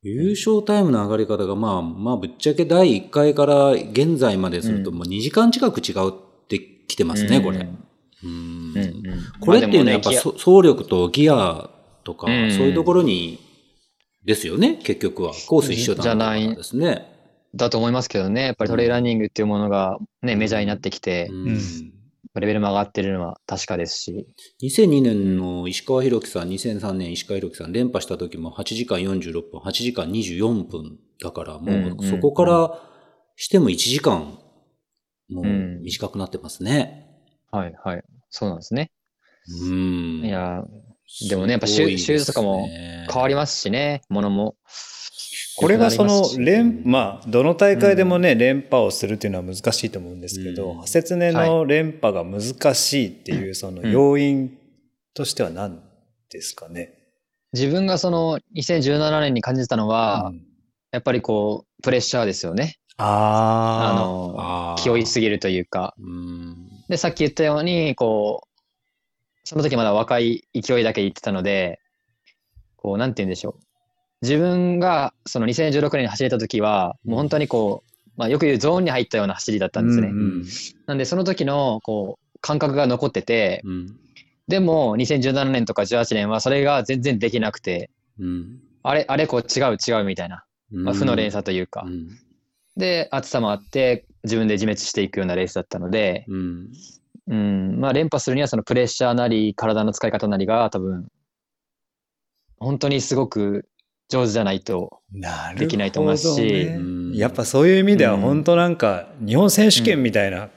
優勝タイムの上がり方が、まあ、まあ、ぶっちゃけ第1回から現在まですると、
うん
もう2時間近く違うってきてますね、
うん
これ。う
うん
ん
うん
これっていうのはやっ
まあでも
ぱそ
ね
総力とギアとか、そう
うん
いうところに、ですよね、結局は。コース一緒だ
じゃ
な
なんい
だですね。
だと思いますけどね、やっぱりトレイランニングっていうものが、ねメジャーになってきて
う、
うんん
レベルも上がってるのは確かですし、
2002年の石川博樹さん、2003年石川博樹さん連覇した時も8時間46分、8時間24分だから、も
うん
うそこからしても1時間、もう
うん
短くなってますね。
はいはい、そうなんですね。
うん。
いや
すごいすね、
でもねやっぱシュシューズとかもー、変わりますしね、ものも。
これがその連、
ま
まあ、どの大会でもね、連覇をするっていうのは難しいと思うんですけど、
うん
派切ねの連覇が難しいっていう、その要因としては何ですかね。
自分がその2017年に感じたのは、
うん
やっぱりこう、プレッシャーですよね。あ
あ
の、
あー
気負いすぎるというか。
うん。
で、さっき言ったように、こう、その時まだ若い勢いだけ言ってたので、こう、なんて言うんでしょう。自分が、その2016年に走れた時は、もう本当にこう、まあ、よく言うゾーンに入ったような走りだったんですね。
う
うん。
なんで、その時の、こう、感覚が残ってて、
うん。
でも、2017年とか18年はそれが全然できなくて、
うん。
あれ、あれ、こう、違う、違うみたいな、まあ、負の連鎖というか
う、ん。
で、暑さもあって、自分で自滅していくようなレースだったので、
うん。
うん、まあ、連覇するには、そのプレッシャーなり、体の使い方なりが、多分、本当にすごく上手じゃないと、
ーなるほど、ね。
できないと思いますし
うん
やっぱそういう意味では、本当なんか、日本選手権みたいな、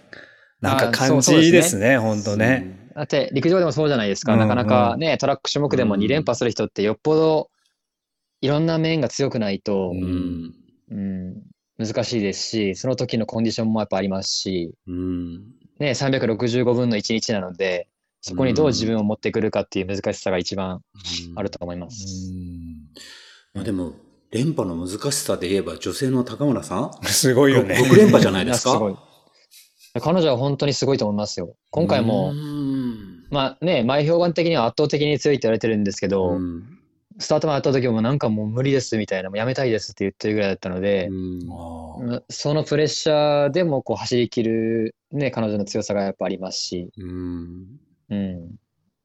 なんか感
あーそうそうです
じ
ね
ですね、本当ね。
だって、陸上でもそうじゃないですか、
うん
なかなかね、トラック種目でも
うん
2連覇する人って、よっぽど、いろんな面が強くないと
う、ん。
うん、難しいですし、その時のコンディションもやっぱありますし、
うん。
ね、365分の1日なので、そこにどう自分を持ってくるかっていう難しさが一番あると思います。
うんまあ、でも、連覇の難しさで言えば、女性の高村さん、
すごいよね。
6連覇じゃないです
いや
か。
ごい彼女は本当にすごいと思いますよ。今回も
う、ん
まあね、前評判的には圧倒的に強いって言われてるんですけど、
うん
スタート前会った時もなんかもう無理ですみたいな、もうやめたいですって言ってるぐらいだったので、
あー
うんそのプレッシャーでもこう走り切る、ね、彼女の強さがやっぱありますし、
うん
うん、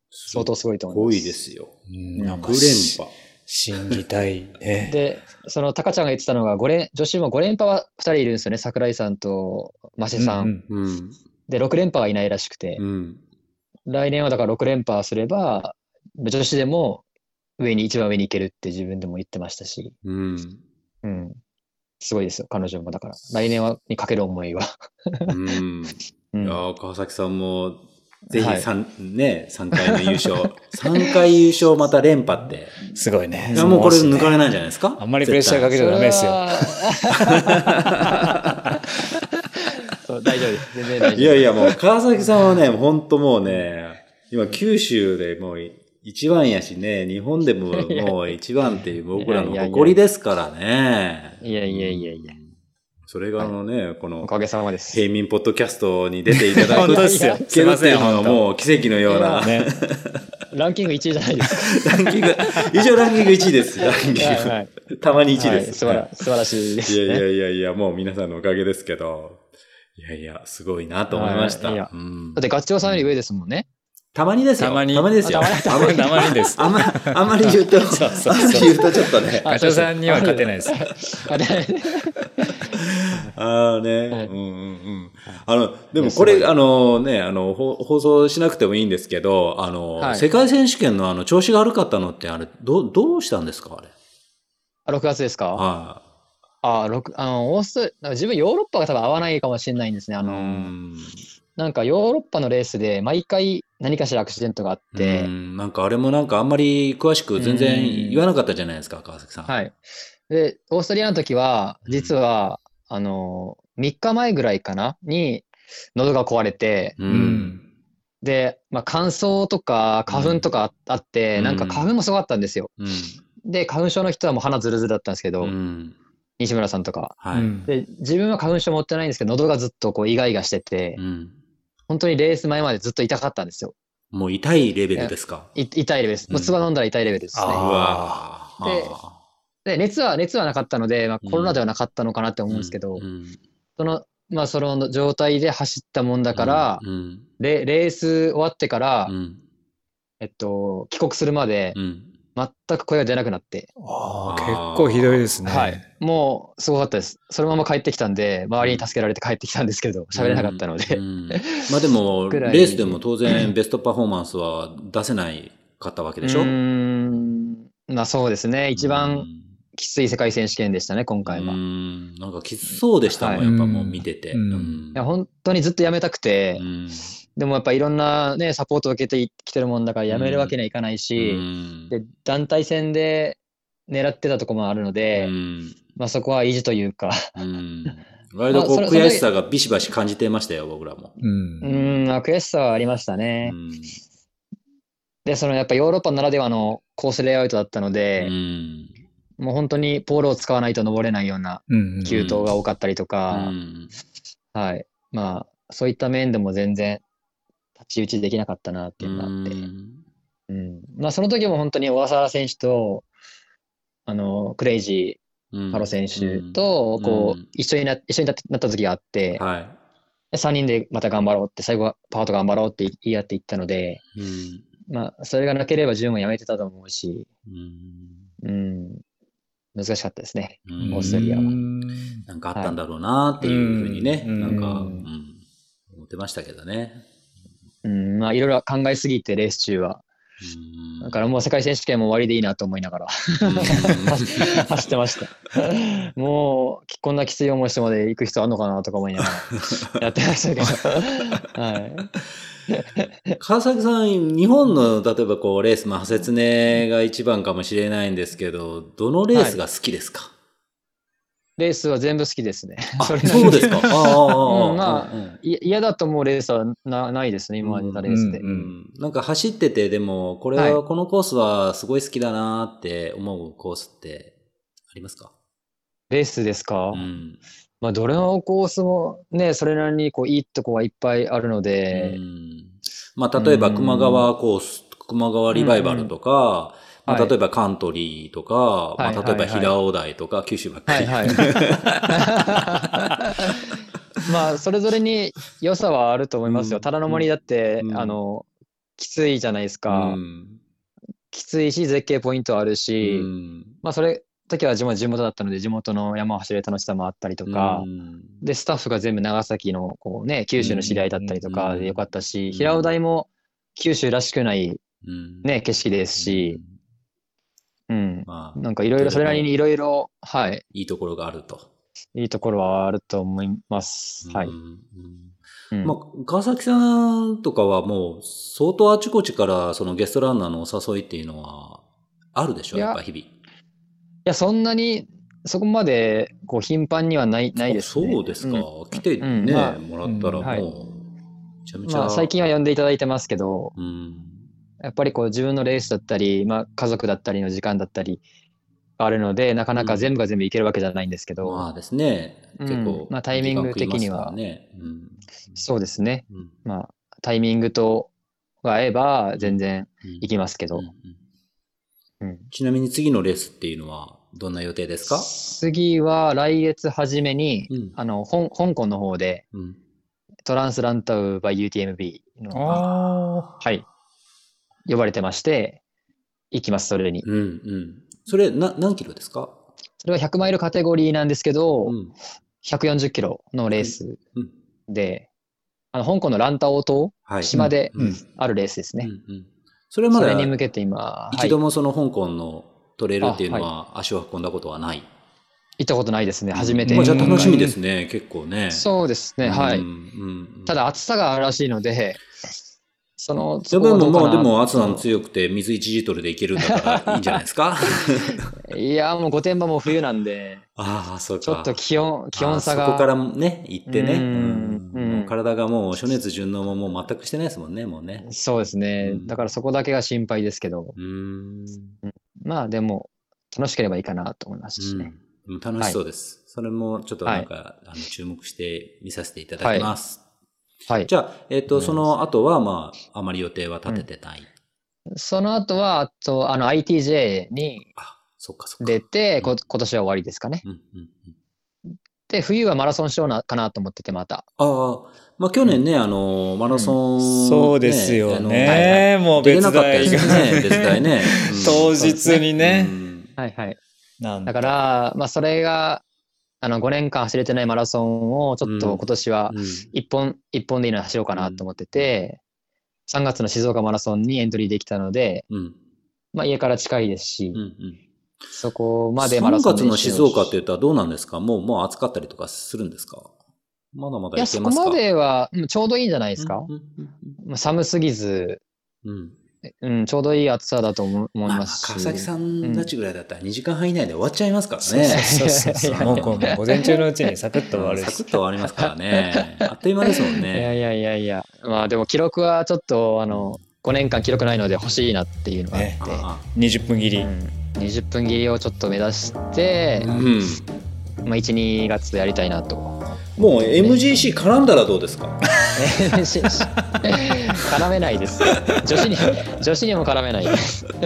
相
相当すごいと
す
思い
ご
ます。
いですよ。
うん
うん
な
6
んか
連
し
覇。
信じたいね。
で、その、タカちゃんが言ってたのが、5連、女子も5連覇は2人いるんですよね。桜井さんとマシさん。
うんうん
うん。
で、6連覇はいないらしくて、
うん。
来年はだから6連覇すれば、女子でも上に、一番上に行けるって自分でも言ってましたし、
うん。
うん。すごいですよ、彼女もだから。来年は、にかける思いは。
うん。
う
い
ん
や。ー川崎さんも、ぜ
は
ひ
い
三、ね、三回の優勝。三回優勝また連覇って。
すごいね。
いやもうこれ
素
抜
晴らしいね
かれないんじゃないですか
あんまりプレッシャーかけ
絶
ちゃダメです
それ
よ。
はそう、大丈夫です。全然大丈
対いやいや、もう川崎さんはね、ほんともうね、今九州でもう一番やしね、日本でももう一番っていう僕らの誇りですからね。
夫。いやいやいやいや。
それがあのね、こ
お
の
かげさまです。
平民ポッドキャストに出ていただく
本当ですよ
聞けるっていうのは
すいません
もう奇跡のような。
ね、
ランキング1位じゃない です
ランキング、一応ランキング1位です。ランキン
か。はいはい。
グ。たまに1位
は
で
い
す。
素晴ら素晴らしいです
い
ね。
やいやいやいや、もう皆さんのおかげですけど。いやいや、すごいなと思いました。
はいいや
うん
だってガッチョウさんより上ですもんね。
たまにですよ。
たまに
ですよ。
たまにたまにです。
あんま、あんまり言うと、あ
そうそうん
まり言うとちょっと ね。
ガチョウさんには勝てないです。
あれ
ああね、
はい
うんうんうん。あの、でもこれ、あのね、あの、ほ放送しなくてもいいんですけど、あの、
はい
世界選手権のあの、調子が悪かったのって、あれ、どう、どうしたんですかあれ。
あ6月ですか
は
あ六あの、オース、なんか自分ヨーロッパが多分合わないかもしれないんですね。あ
い。う
の、
ん。
なんかヨーロッパのレースで毎回何かしらアクシデントがあっ
う
て、
んなんかあれもなんかあんまり詳しく全然言わなかったじゃないですか、川崎さん。
はい。で、オーストリアの時は、実は、あの、3日前ぐらいかなに、喉が壊れて、
う。
うんん。
で、まあ、乾燥とか花粉とかああって、
うん
なんか花粉もすごかったんですよ。
うん。
で、花粉症の人はもう鼻ズルズルだったんですけど、
うん。
西村さんとか。
はい。
うん
で、自分は花粉症持ってないんですけど、喉がずっとこうイガイガしてて、
うん。
本当にレース前までずっと痛かったんですよ。
もう痛いレベルですか。
い痛いレベルです。も
う
う
ん
唾飲んだら痛いレベルですね。
う
あ
わ
ーでで、熱は、熱はなかったので、まあ、コロナではなかったのかなって思うんですけど、その、まあ、その状態で走ったもんだ
だ
から、
うん。
レレース終わってから、
うん。
えっと、帰国するまで
う、ん。
全く声が出なくなって、
あ
あ
ー
ー
結構ひどいですね。
はい。もう、すごかったです。そのまま帰ってきたんで、周りに助けられて帰ってきたんですけど、喋れなかったの
う
で、
んまあでも、
ぐらい
レースでも当然ベストパフォーマンスは出せないかったわけでしょ
うーん、まあそうですね。一
う
番
ん
きつい世界選手権でしたね、今回は。
う
い
んなんかきつそうでしたもん、
はい
やっぱもう見てて。
うん
うん
や本当にずっとやめたくて、
うん
でもやっぱいろんなね、サポートを受けてきてるもんだからやめるわけにはいかないし、
うん
で、団体戦で狙ってたとこもあるので、
うん
まあそこは維持というか、
うん割とこう
まあそれ
悔しさがビシバシ感じてましたよ、僕らも。
う。
うんん、まあ悔しさはありました
う
ね。
ん
で、そのやっぱヨーロッパならではのコースレイアウトだったので、
うん
もう本当にポールを使わないと登れないような
うん。
急登が多かったりとか
う、ん
はい。まあそういった面でも全然立ち打ちできなかったなっていうのがあって。うん。まあその時も本当に小笠原選手と、あの、クレイジ
うん
ー、ハロ選手と、こ
うん
う、一緒にな、一緒になってなった時があって、
は
3人でまた頑張ろうって、最後はパート頑張ろうって言い合っていったので、
い。うん
まあ、それがなければ自分もやめてたと思うし、
うん
うん、難しかったですね。
うん
オーストリアは
うん
なんかあったんだろうなっていうふうにね、
はい
なんか、う
うん
ん、思ってましたけどね。
うん、まあ、いろいろ考えすぎて、レース中は。
うん
だからもう世界選手権も終わりでいいなと思いながら走ってました。 もう、きこんなきつい思いしてまで行く必要あるのかなとか思いながらやってました けど。はい。
川崎さん、日本の例えばこうレース、まあ、長谷常が一番かもしれないんですけど、どのレースが好きですか、
レースは全部好きですね。それ
あ、そうですか。ああああ、
うんま
ああ
あ
うん
い嫌だと思うレースはなないですね、今まで出たレースで
う
う
ん。
んなんか走ってて、でも、これは、
は
このコースはすごい好きだなって思うコースってありますか
レースですか
うん。
まあ、どれのコースもね、それなりにこういいとこがいっぱいあるの
う
で、
んまあ、例えば、
うん
熊川コース、熊川リバイバルとか、
うん
まあ、
はい
例えばカントリーとか、
はい
まあ、例えば
はいはい
平尾台とか、九州ばっか
はい
り。
はい。 まあ、それぞれに良さはあると思います
う
よ。
ん
ただの森だって
う、ん
あの、きついじゃないですか
う。ん
きついし、絶景ポイントある
う
し、
ん
まあ、それ、時は地元地元だったので、地元の山を走れる楽しさもあったりとか
う、ん
で、スタッフが全部長崎の、こうね、九州の知り合いだったりとかでよかったし、平尾台も九州らしくない
うん
ね、景色ですし、うん。
まあ、
なんかいろいろ、それなりにいろいろ、はい、
いいところがあると。
いいところはあると思います。はい。
うん
うん
まあ、川崎さんとかはもう、相当あちこちからそのゲストランナーのお誘いっていうのは、あるでしょ
いや
やっぱ日々。
いや、そんなに、そこまで、こう、頻繁にはない、ないですね。
そうですか。
うん
来て
うん
ね、
まあ
もらったらもう、
うんはい
めちゃめちゃ。
まあ、最近は呼んでいただいてますけど、
うん。
やっぱりこう、自分のレースだったり、まあ、家族だったりの時間だったり、あるので、なかなか全部が全部いけるわけじゃないんですけど、
まあですね。
うん
結構、
まあタイミング的
時間食い
には
ますからね。うん。
そうですね。
うん
まあ、タイミングと、が合えば、全然いきますけど
うんう、ん
うん。
ちなみに次のレースっていうのは、どんな予定ですか
次は、来月初めに、
うん
あの、ほん香港の方で、
うん。
トランスランタウバ UTMB の、
あ
はい、呼ばれてまして、行きます、それに。
うんうん。それ、な、何キロですか
それは100マイルカテゴリーなんですけど、
うん。
140キロのレース
うん。
で、あの、香港のランタオ島、
はい。
島で
うん。
あるレースです
うん
ね。
うんそれま
そ
だ
れに向けて今、は
一
い、
度
行
もその香港のトレイルっていうのは足を運んだことはない。
ったことないですね、初めて。
まあじゃあ
うん
楽しみですね、結構ね。
そうですね、は
う
い
ん。うん
た、だ暑さがあるらしいので、その、
でも、
どうか
まあ、で
な
も、暑さの強くて、水1リットルでいけるんだから、いいんじゃないですか
いや、もう御殿場も冬なんで、
ああ、そうか。
ちょっと気温、気温差
ああそこか
が、
らね、行ってね。
うんうん
体がもう、暑熱順応ももう全くしてないですもんね、もうね。
そうですね、
うん
だからそこだけが心配ですけど、
うーん。
まあでも、楽しければいいかなと思いますしね。
うん、楽しそうです。それもちょっとなんか、あの注目して見させていただきます。
はい
じ。ゃあ、えっ、と、
お願いし
そ
ます
の後は、まあ、あまり予定は立ててない。
その後は、あと、あの、ITJ に
あ、そっかそっか。
出て、
う
こ今年は終わりですかね。
うんうんうん、
で、冬はマラソンしようなかなと思ってて、また。
ああ、まあ去年ね、あの、マラソン、
そうですよ
ねあの
ね。もう
出れ
別
なかったで
大
す
が
よね、別大ね。
当日にね
う。ん
はいはい。
なん
だから、まあ、それが、あの、5年間走れてないマラソンを、ちょっ
う
と
ん
今年は、
うん
一本、一本でいいの走ろうかなと思ってて、3月の静岡マラソンにエントリーできたので、
うん
まあ、家から近いですし
うんう、ん
そこまでマラ
3
ソン
月
練習を
の静岡って言ったらどうなんですかもう、もう暑かったりとかするんですかまだま
い
だ
や、
いけ
そ
ま
こ
すか
ま
で
では、うんちょうどいいんじゃないですか
うん。うん
まあ寒すぎず、
うんうん
うん、ちょうどいい暑さだと思思
ま
い
あ、
ま
川
すし。
崎さんたちぐらいだったら2時間半以内で終わっちゃいますから
そう
ね。
そうそうそう
いやいやいや
もうこうもう午前中のうちにサクッと終わる
サク
し
ッ。と終わりますから ね。あっという間ですもん
いや
ね。
いやいやいや、まあでも記録はちょっと、あの、5年間記録ないので欲しいなっていうのがあって、
あ
20分切り。
うん、20分切りをちょっと目指して
あ、うん。
まあ、1、2月やりたいなと。
もう MGC 絡んだらどうですか
ねしし 絡めないです。女子に、女子にも絡めないです。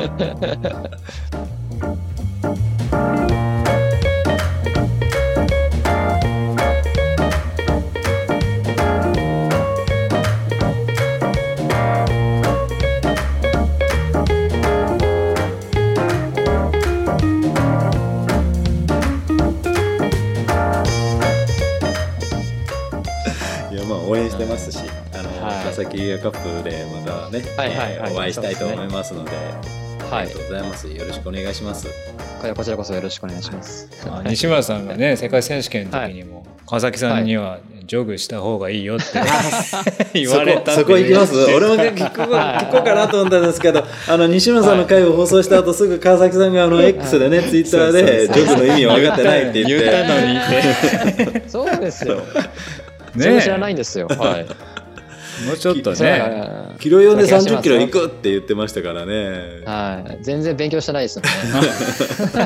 いやまあ応援してますし、あの、
はい
川崎ユアカップでまたね、
はいはい
えー
はい
お会いしたいと
そうです
思
ね
いますので、あ
は
り
い
がと。うございます。よろしくお願いします。
これこちらこそよろしくお願いします。
まあ西村さんがね、世界選手権の時にも、川崎さんにはジョグした方がいいよ って、言われたって
そこそこ行き ます。俺もね聞こう
はい
聞こうかなと思ったんですけど、あの西村さんの回を放送した後すぐ川崎さんがあの X でね、ツイッターで
そう
ジ
そうそ
ョ
う
ブの意味分かってないって 言
言
っ
った
て。
のにって。
そうですよ。それ
ね
知らないんですよ。はい。
もうちょっと
そうだか
ね。
ら
キロ用で
そんな気
30
がします
キロ行くって言ってましたからね。
はい。全然勉強してな いですもんね。
も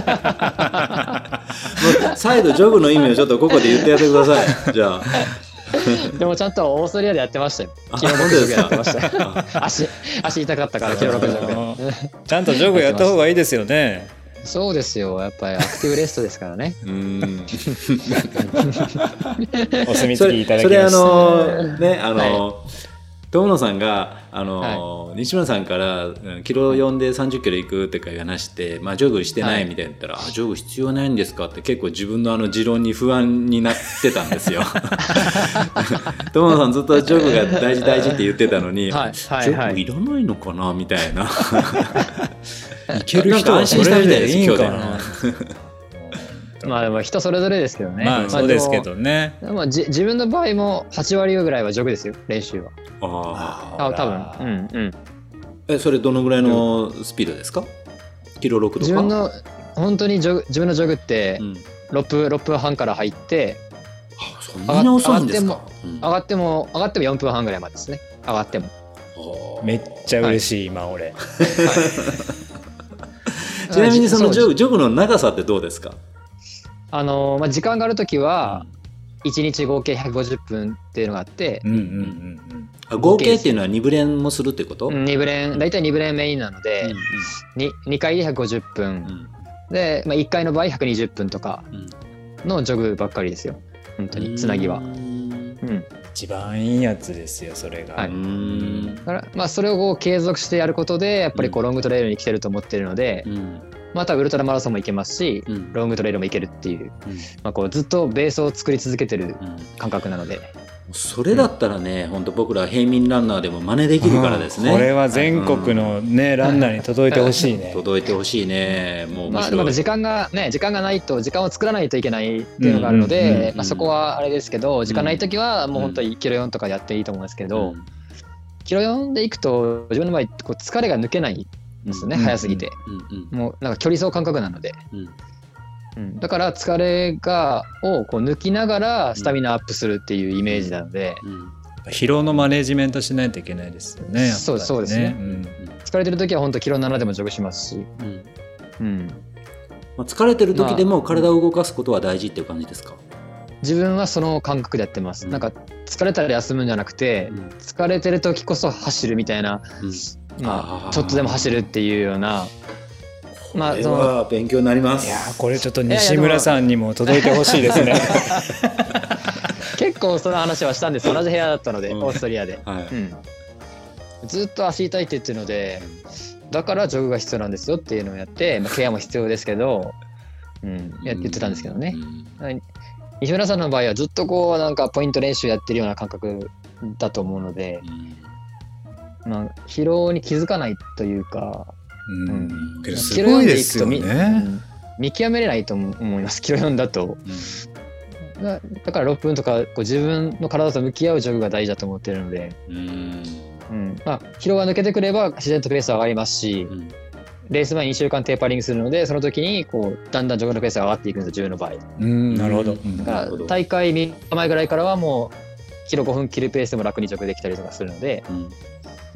う再度ジョブの意味をちょっとここで言ってやってくだ さい。じゃあ。
でもちゃんとオーストリアでやってましたよ。
あ
昨日
本
僕
当
ジ
で
ョグ
すか
やってました。足、足痛かったから、キロ6ジョグ
あのちゃんとジョグやった方がいいですよね。
そうですよ。やっぱりアクティブレストですからね。
うん
お墨
そ
付
れ
きいただ
そ
きま
れあ
した。
のねあの、友野さんがあの、西村さんからうんキロ4で3 0キロ行くってかいう話して、まあ、ジョグしてな
はいい
みたいな言ったら、あジョグ必要ないんですかって結構自分のあの持論に不安になってたんです よ友野さんずっとジョグが大事大事って言ってたのに、
はいはい
ジ
は
ョ
い
グいらないのかなみたいな
いける人
なんか
は
安
そ
心した
れ
みたいで
ですいいんか
今
な。
まあでも人それぞれですけどね。
まあそうですけ
で
どね。
も。でもじ自分の場合も8割ぐらいはジョグですよ、練習は。
あ
た多
あら
分。うんうん。
ーえそれどのぐらいのスピードですかキロ6とか
自分の、本当にジョグ自分のジョグって
うん
6分、6分半から入って、
あそんなに遅いんですかうん
上がっても、上がっても4分半ぐらいまでですね。上がっても。
めっちゃ嬉しい、今俺。
ちなみにそのジョ
グ
グジョグの長さってどうですか
あのまあ、時間があるときは、1日合計150分っていうのがあって、
うんうんうん
あ合計っていうのは2ブレンもするってこと、
うん、2ブレン、大体2ブレンメインなので、に 2, 回で150分、で、まあ、1回の場合120分とかのジョグばっかりですよ、本当に、つなぎは。
うん
うん、だ
うん。一番いいやつですよ、それが。
はい
うん
から、まあ、それをこう継続してやることで、やっぱりこうロングトレイルに来てると思ってるので、
うん
またウルトラマラソンも行けますし、
うん
ロングトレイルも行けるっていう、まあ、こうずっとベースを作り続けてる
うん
感覚なので。
それだったらね、本当僕ら平民ランナーでも真似できるからですね。
うんこれは全国のね、ランナーに届いてほしいね。
届いてほしいね。もうむ
まあ、
し
で
ろ
も時間がね時間がないと時間を作らないといけないっていうのがあるの
うんうんうんう
で
ん
まあそこはあれですけど時間ない時はもう本当にキロ4とかでやっていいと思うんですけど、キロ4で行くと自分の場合こう疲れが抜けないんですよね、
うん
早すぎて
うんうん
もうなんか距離走感覚なので
うん
うん
だから疲れがをこう抜きながらスタミナアップするっていうイメージなので、
うん
疲労のマネジメントしないといけないですよね。やっぱりね
そうそうですね
ん
疲れてる時は本当キロ7でもジョグしますし、
うん
うん、
まあ、疲れてる時でも体を動かすことは大事っていう感じですか、
自分はその感覚でやってます、
うん
なんか疲れたら休むんじゃなくて
うん
疲れてる時こそ走るみたいな、
うん
ま
あー
あ、ちょっとでも走るっていうよ うなまあその
勉強になりま
いやーこれちょっと西村さんにも届いてほしいですね。
結構その話はしたんです同じ部屋だったので、
うん
オーストリアで、
はい、
うん、ずっと足痛いって言ってるのでだからジョグが必要なんですよっていうのをやって、まあ、ケアも必要ですけど、うん、や言ってたんですけどね
う、ん
西村さんの場合はずっとこうなんかポイント練習やってるような感覚だと思うので、まあ、疲労に気づかないというか
う
うん
ん
うん
けど
キ
す
ロ
ご
読
い
んで
で
いく
す
と
よ
み
ね。
うん見極めれないと思思いますキロ4だとだだから6分とかこう自分の体と向き合うジョグが大事だと思ってるので、
うん
うんまあ、疲労が抜けてくれば自然とペースは上がりますし
うん
レース前に2週間テーパリングするのでその時にこうだんだんジョグのペースが上がっていくんですよ自分の場合
うん
なるほど
うん
だか
なるほど
ら大会3日前ぐらいからはもうキロ5分切るペースでも楽にジョグできたりとかするので、
うん
ま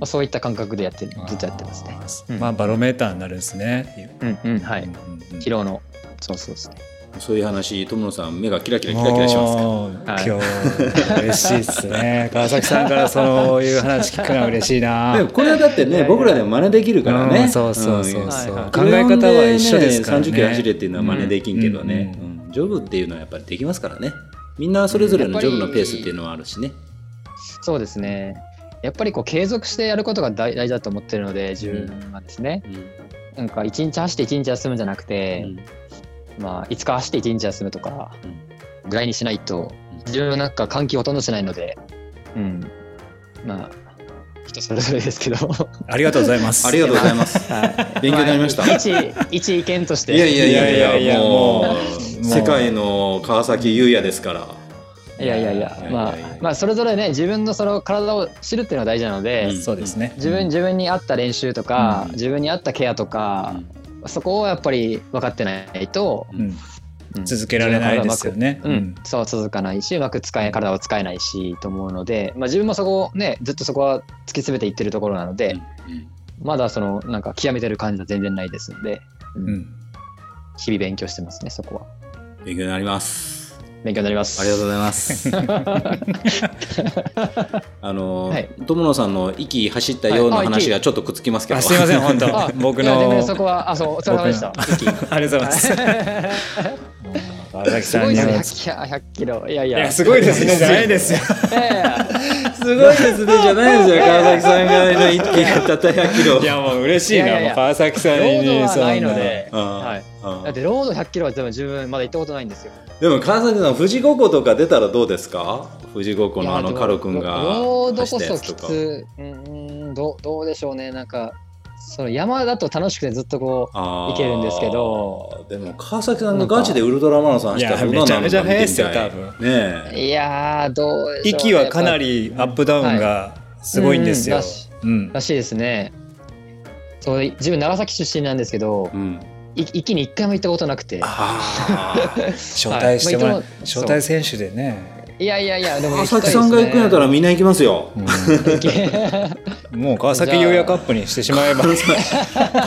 あ、そういった感覚でやってるずっとやってますね
あー
うん
まあバロメーターになるんですね。
うんうんは
うん
い
うんうん
疲労のそうそうですね
そういう話友野さん目がキラキラキラキラしますね
もう今
はい
日嬉しいですね。川崎さんからそういう話聞くのは嬉しいな。
でもこれはだってね僕らでも真似できるから
うん
ね
そうそうそ
ん
うそう、
はいはい
考え方は一緒ですからね。
30キロ走れっていうのは真似できんけどね、
う
うんジョブっていうのはやっぱりできますからねみんなそれぞれのジョブのペースっていうのはあるしね、
そうですね。やっぱりこう継続してやることが大大事だと思ってるので自分はですね、
うん
なんか一日走って一日休むんじゃなくて、まあ5日走って一日休むとかぐらいにしないと自分はなんか換気ほとんどしないので、うん、まあ人それぞれですけど
ありがとうございます。
ありがとうございます 勉強になりました、
一一意見として
いやいやいやいや
いやいやいや
もう
もう
世界の川崎優也ですから、
いやいやい
い
や
やいやいや
まあまあそれぞれね自分のその体を知るっていうのは大事なので、
うん
そうですね。
自分自分に合った練習とか、
うん
自分に合ったケアとか、そこをやっぱり分かってないと、
うん
うん
続けられないですよね。
うん、そう続かないしうまく使え体を使えないしと思うので、まあ、自分もそこをねずっとそこは突き詰めていってるところなので、まだそのなんか極めてる感じは全然ないですので、う
うんんうん
日々勉強してますねそこは
勉強になります
勉強になります
ありがとうございますあの、
はい
友野さんの息走ったような
はいあ
話
息
がちょっとくっつきますけど
あすいません本当
あ
僕
いや全
の
然そこはあそうお疲れ様でした
僕ありがとうございます。川崎
す
さ
ご
ん
い
に
ですね
は。
100キロ100キロいやい
い
や
やすごいです ねじゃないですよ。
いやいや
すごいですねじゃないですよ川崎さんがの一気にたった100キロ
いやもう嬉しい
いやいや
な
いや
もう川崎さん
ロ
に
ードは
そん
ないので、
あ
はい、だ
あ
ってロード100キロは多分自分まだ行ったことないんですよ。
でも川崎さん富士五湖とか出たらどうですか富士五湖のあ
い
の
や
カロ君が
ロロード
走
こ
ったや
そ
つ
き
とか
つ、うん、どうどうでしょうね、なんか、その山だと楽しくてずっとこ
あー
いけるんですけど
でも川崎さんがガチでウルトラマラソン走ったらどうなるのか
いやめちゃめちゃ速いっすよ
見てみた
多
ね
う、
え
いやー、どうでしょう、ね、
息はかな
り
りアップダウンがすごいんですよ
うん。
うん
らしいですね。そう自分、長崎出身なんですけど
う、ん
い一に一回も行ったことなくて、
あー
招待してもら
は
う
いまあいつも
招待選手でね。
いやいやいや、でも
川
行きたい
崎
です、ね、
さんが行くんやったらみんな行きますよ
もう川崎優也カップにしてしまえば。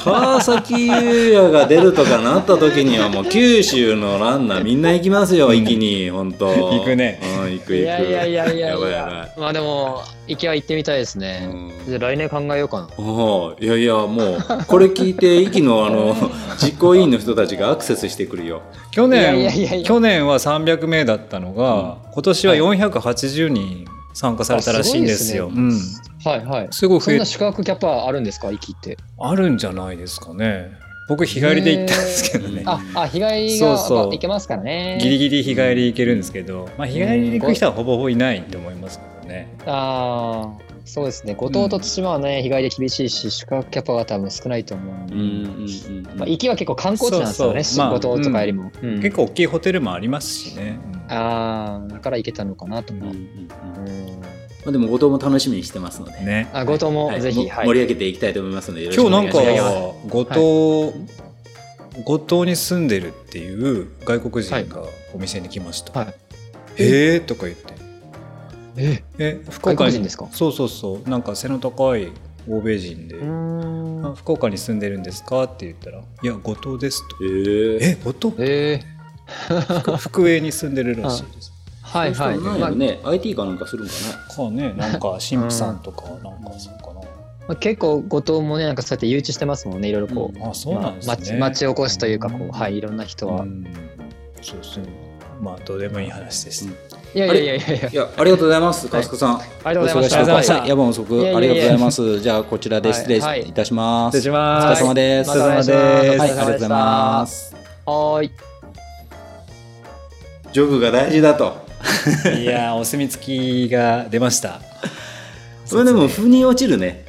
川崎優也が出るとかなった時にはもう九州のランナーみんな行きますよ一気に本当
行くね
うん行く行く
いやいやいやいやいや、
ばいやばい
まあでも、行きは行ってみたいですね。
うん
じゃあ来年考えようかな。
おーいやいやもうこれ聞いて息のあの実行委員の人たちがアクセスしてくるよ
去
いやいやいや
年
いや
去年は300名だったのが、今年は480人参加されたらしいんですよ。
あ
す
す
ご
ご
い,、
い
うん
で、はいはい。
すごい
そ
増
ん
え
な宿泊キャパあるんですか、息って。
あるんじゃないですかね。僕日帰りで行ったんですけど
へ
ね
ー。
あ、あ、日帰り
そう
が
そう
まあいけますからね。
ギリギリ日帰り行けるんですけど、まあ、日帰りで行く人はほぼほぼいないと思いますけどね。
ああ、そうですね。五島と対馬はね、日帰りで厳しいし、宿泊キャパが多分少ないと思うんで。
ん
まあ、行きは結構観光地なんですよね、
そうそうまあ
五島とかよりも。うん
結構大きいホテルもありますしね。うん
ああ、だから行けたのかなと思う。うん
まあでも後藤も楽しみにしてますので、
ね。
あ、五島も
はい
ぜひ、
も
はい
盛り上げていきたいと思いますのでよろし
今
くお
日な
願
ん
いし
か
ます
よろしくお願い
後
し
五島に住んでるっていう外国人がお店に来ました。
はいはい
えーとか言って。
え
え福
外
岡
国
に
人ですか
そうそうそうなんか背の高い欧米人で、あ
ん
福岡に住んでるんですかって言ったら「いや五島です」と
えー
「え五島
えー、
福福江に住んでるらしいです」
はいはい。
そうし
ま
たらなんや
あ
ろね、IT かなんかするんかな。
かねなんか神父さんとかなんかそうかな、
まあ、結構後藤もねなんかそうやって誘致してますもんねいろいろこう、
あそうなんですね、
まあ町町おこしというかこう、はいいろんな人は、
うんそうそうまあどうでもいい話です、
うん
いやいやいやいやいや
いや、ありがとうございます、かすこさん。
ありがとうございました
ありがとうございました
はい夜分遅く、
いやいやいや
ありがとうございます。じゃあ、こちらで失礼
はい
いたします。
失礼します
お疲れ様です。
またお願いします
はい、ありがとうございま
お疲れ様でし
す。
たはーい
ジョブが大事だと。
いやーお墨付きが出 ました
それでも、腑に落ちるね。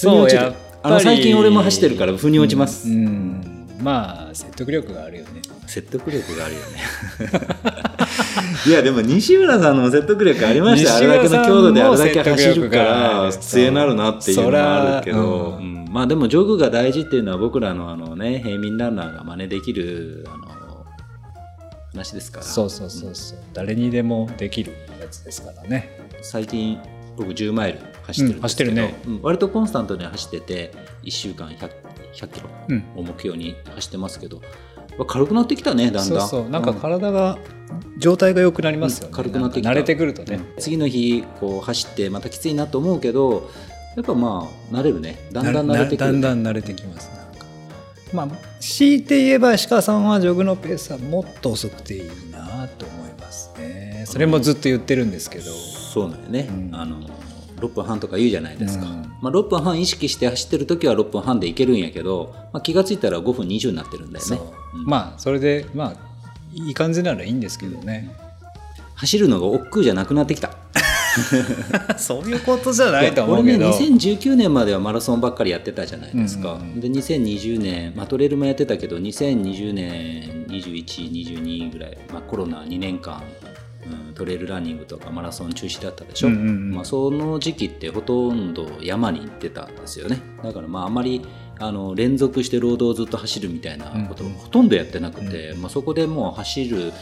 腑に
そう
落ち
や
る
っぱり。
あの、最近俺も走ってるから、腑に落ちます。
うんうんまあ説得力があるよね
説得力があるよね。いやでも西村さんの説得力ありましたよあ
西
れだ
村
け
さ
の
ん
強度であれだけ走るから
も説得力が
強なるなっていうのもあるけ
そ
ど、
ら
う
う
んまあでもジョグが大事っていうのは僕らのあのね平民ランナーが真似できるあの話ですから
そうそうそうそう、誰にでもできるやつですからね
最近僕10マイル走ってるんですけど、
うん走って
うん割とコンスタントに走ってて1週間 100, 100キロ
うん
を目標に走ってますけど軽くなってきたねだんだん
そうそうなん
う
か
ん
体が、状態が良くなりますよね、
うん軽くなってきた
んか慣れてくるとね、
次の日こう走ってまたきついなと思うけどやっぱまあ慣れるねだんだん慣れてく
な
る、
だんだん慣れてきますなんかまあ強いて言えば石川さんはジョグのペースはもっと遅くていいなと思いますねそれもずっと言ってるんですけど、
そうなんよね、
うん
あの6分半とか言うじゃないですか、
うん
まあ、6分半意識して走ってる時は6分半でいけるんやけど、まあ、気がついたら5分20になってるんだよ
そう
ね、うん
まあそれでまあいい感じならいいんですけどね、
走るのが億劫じゃなくなってきた
そういうことじゃないい と
や
思
俺
う
ね
けど
2019年まではマラソンばっかりやってたじゃないですか、
うんうんうん
で2020年、まあ、トレイルもやってたけど2020年2122ぐらい、まあ、コロナ2年間、うんトレイルランニングとかマラソン中止だったでしょ、
うんうんうん
まあ、その時期ってほとんど山に行ってたんですよねだからまああまりあの連続してロードをずっと走るみたいなことを
うんうん
ほとんどやってなくて、まあ、そこでもう走る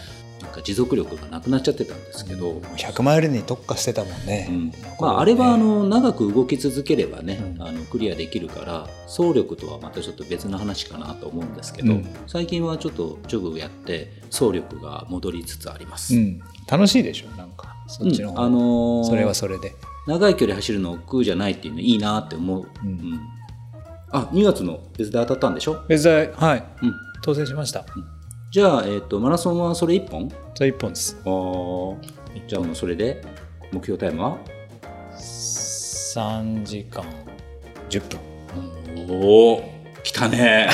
なんか持続力がなくなっちゃってたんですけど、
100マイルに特化してたもんね、
まあ、あれはあ
の
の長く動き続ければね、
うん
あのクリアできるから走力とはまたちょっと別の話かなと思うんですけど、
うん
最近はちょっとジョグをやって走力が戻りつつあります、
う
うん
ん、楽しいでしょなんかそっちの方が、
あのー
それはそれで
長い距離走るの億劫じゃないっていうのいいなって思う、
うん
うんあ2月の別で当たったんでしょ、
別材はい
うん、
当選しました
じゃあ、えっとマラソンはそれ1本
じゃあ1本です
あーじゃあもうそれで目標タイムは
3時間10分
おお来たね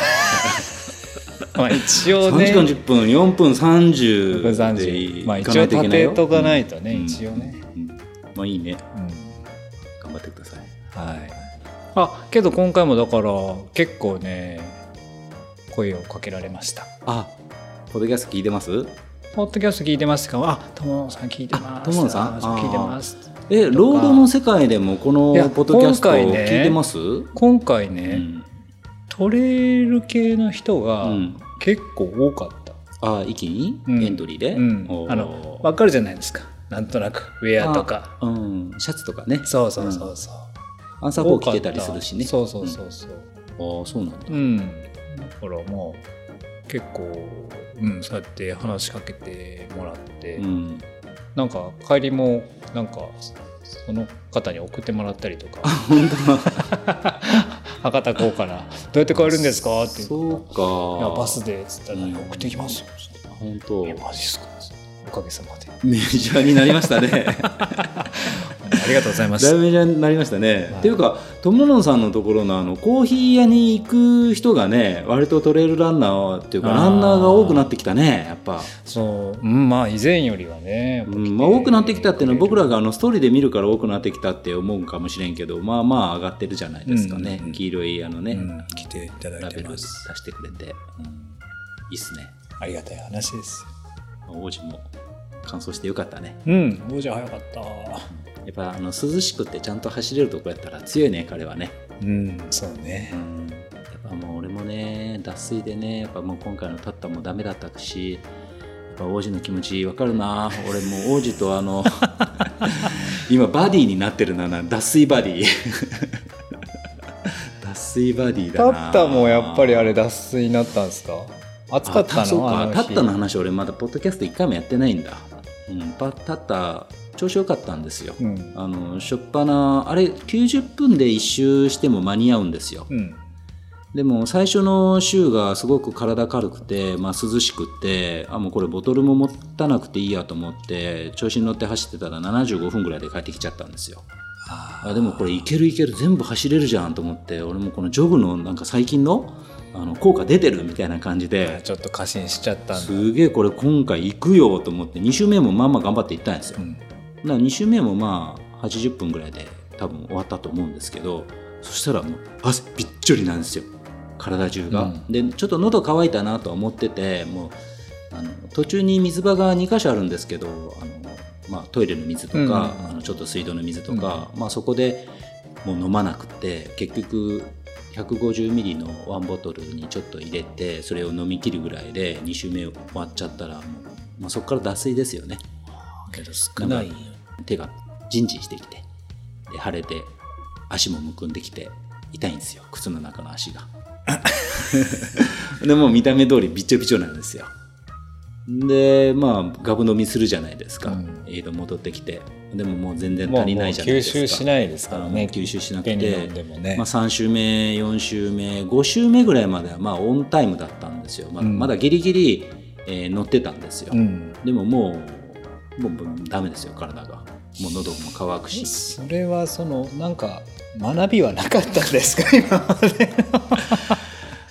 まあ一応
3
ね
時間10分4分30
3
で
時
い
まあ
い
一
かな
応
いといけ
立
ない
て
よ
とかないとね、
うん
一応ね、
うんまあいいね
うん
頑張ってください
はいあけど今回もだから結構ね声をかけられました
あポッドキャスト聞いてます
ポッドキャスト聞いてますかあ友野さん聞いてます
あ友野さん
あそう聞いてます
えロードの世界でもこの
いや
ポッドキャスト
今回ね
聞いてます、
今回
う
ね、
ん
トレイル系の人
う
が
ん、
結構多かった、
あ一気に
うん
エントリーで、
うん
おー
あのわかるじゃないですかなんとなくウェアとか
うんシャツとかね
そうそうそうそう、
アンサー
多
ポー
か
着
って
たりするしね
そうそうそうそう
ああそうなんだ
うん、だからもう結構、うん、そうやって話しかけてもらって、
うん
なんか帰りもなんかその方に送ってもらったりとか
本当だ
博多港から「どうやって帰るんですか?」って
そ
言
う
っ
か
たら「いやバスで」っつったら
うん
「送ってきますよ」
本当
いやマジっすか」おかげさまで
メジャーになりました ね
ありがとうございま
だい
す
ぶメジャーになりましたね。
はい
っていうか友野さんのところのあのコーヒー屋に行く人がね割とトレイルランナーっていうか
あー
ランナーが多くなってきたねやっぱ、
そう、うん、まあ以前よりはね、
うんまあ、多くなってきたっていうのは僕らがあのストーリーで見るから多くなってきたって思うかもしれんけどまあまあ上がってるじゃないですかね、
うんうんうん
黄色いあのね、
うん来ていただ
ラ
いて
ベル出
ます
してくれて、うんいいっすね
ありがたい話です
王子も完走してよかったね
うん王子早かった
やっぱあの涼しくてちゃんと走れるとこやったら強いね彼はね
うんそうね
やっぱもう俺もね脱水でね、やっぱもう今回のタッタもダメだったし、やっぱ王子の気持ちわかるな。俺もう王子とあ の、今バディになってるな、な脱水バディ。脱水バディだ
タ
な。
ッタもやっぱりあれ脱水になったんですか暑かった
あそう
の
か
あの日
タッタの話俺まだポッドキャスト1回もやってないんだ、うん、パタッタ調子良かったんですよ、
うん
あのしょっぱなあれ90分で1周しても間に合うんですよ、
うん
でも最初の週がすごく体軽くて、まあ、涼しくってあもうこれボトルも持たなくていいやと思って調子に乗って走ってたら75分ぐらいで帰ってきちゃったんですよあでもこれいけるいける全部走れるじゃんと思って俺もこのジョグのなんか最近のあの効果出てるみたいな感じで
ちょっと過信しちゃったんだ
すげえこれ今回行くよと思って2周目もまあまあ頑張って行ったんですよ、
うん
だから2周目もまあ80分ぐらいで多分終わったと思うんですけどそしたらもう汗びっちょりなんですよ体中が、でちょっと喉乾いたなとは思っててもうあの途中に水場が2箇所あるんですけどあの、まあ、トイレの水とか、
うんうんうん
あのちょっと水道の水とか、まあ、そこでもう飲まなくて結局150ミリのワンボトルにちょっと入れてそれを飲み切るぐらいで2周目終わっちゃったらもう、まあ、そこから脱水ですよね
けど少ないよ
手がジンジンしてきてで腫れて足もむくんできて痛いんですよ靴の中の足が でもう見た目通りびちょびちょなんですよでまあガブ飲みするじゃないですか、
うん
栄養戻ってきてでももう全然
も
足
う
り
もう
ないじゃない
吸
ですか
収しないです
あ
から
のね
ね
吸収しなく
現に飲
て
んでもね
まあ、3週目4週目5週目ぐらいまではまあオンタイムだったんですよまだ,、
うん
まだギリギリ、えー乗ってたんですよ、
うん
でももう、もうもうダメですよ、体が。もう喉も乾くし。
それはそのなんか学びはなかったんです か今まで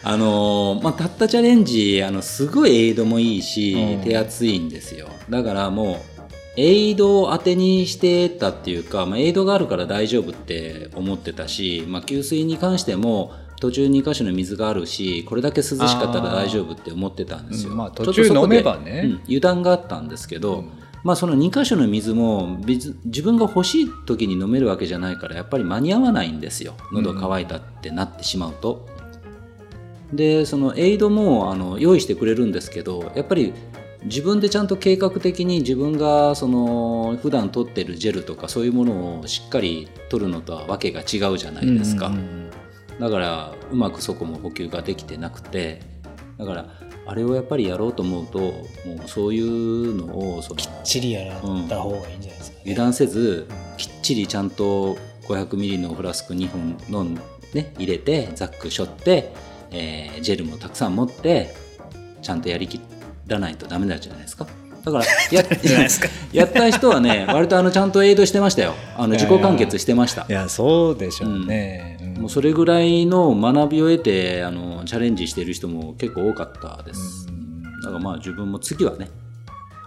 あのーまあ、たったチャレンジ、あの、すごいエイドもいいし、
うん
手厚いんですよ。だからもう、エイドを当てにしてたっていうか、まあ、エイドがあるから大丈夫って思ってたし、まあ、給水に関しても、途中2箇所の水があるし、これだけ涼しかったら大丈夫って思ってたんですよ。
うんまあ
ちょっ
途
と
中
そこで
飲めばね
うん油断があったんですけど、まあ、その2箇所の水も別自分が欲しい時に飲めるわけじゃないからやっぱり間に合わないんですよ喉乾いたってなってしまうと。でそのエイドもあの用意してくれるんですけどやっぱり自分でちゃんと計画的に自分がその普段取ってるジェルとかそういうものをしっかり取るのとはわけが違うじゃないですか。
うんうん
だからうまくそこも補給ができてなくてだからあれをやっぱりやろうと思うともうそういうのをその
チリやらった方がいいんじゃないですか、ね
油断せずきっちりちゃんと500ミリのフラスク2本飲んね、入れてザックしょって、えージェルもたくさん持ってちゃんとやりきらないとダメなんじゃないですかだ からや
じゃないですか
やった人はね割とあのちゃんとエイドしてましたよあの自己完結してました
いやそうでしょうね、ん
もうそれぐらいの学びを得てあのチャレンジしてる人も結構多かったです、
うん
だからまあ自分も次はね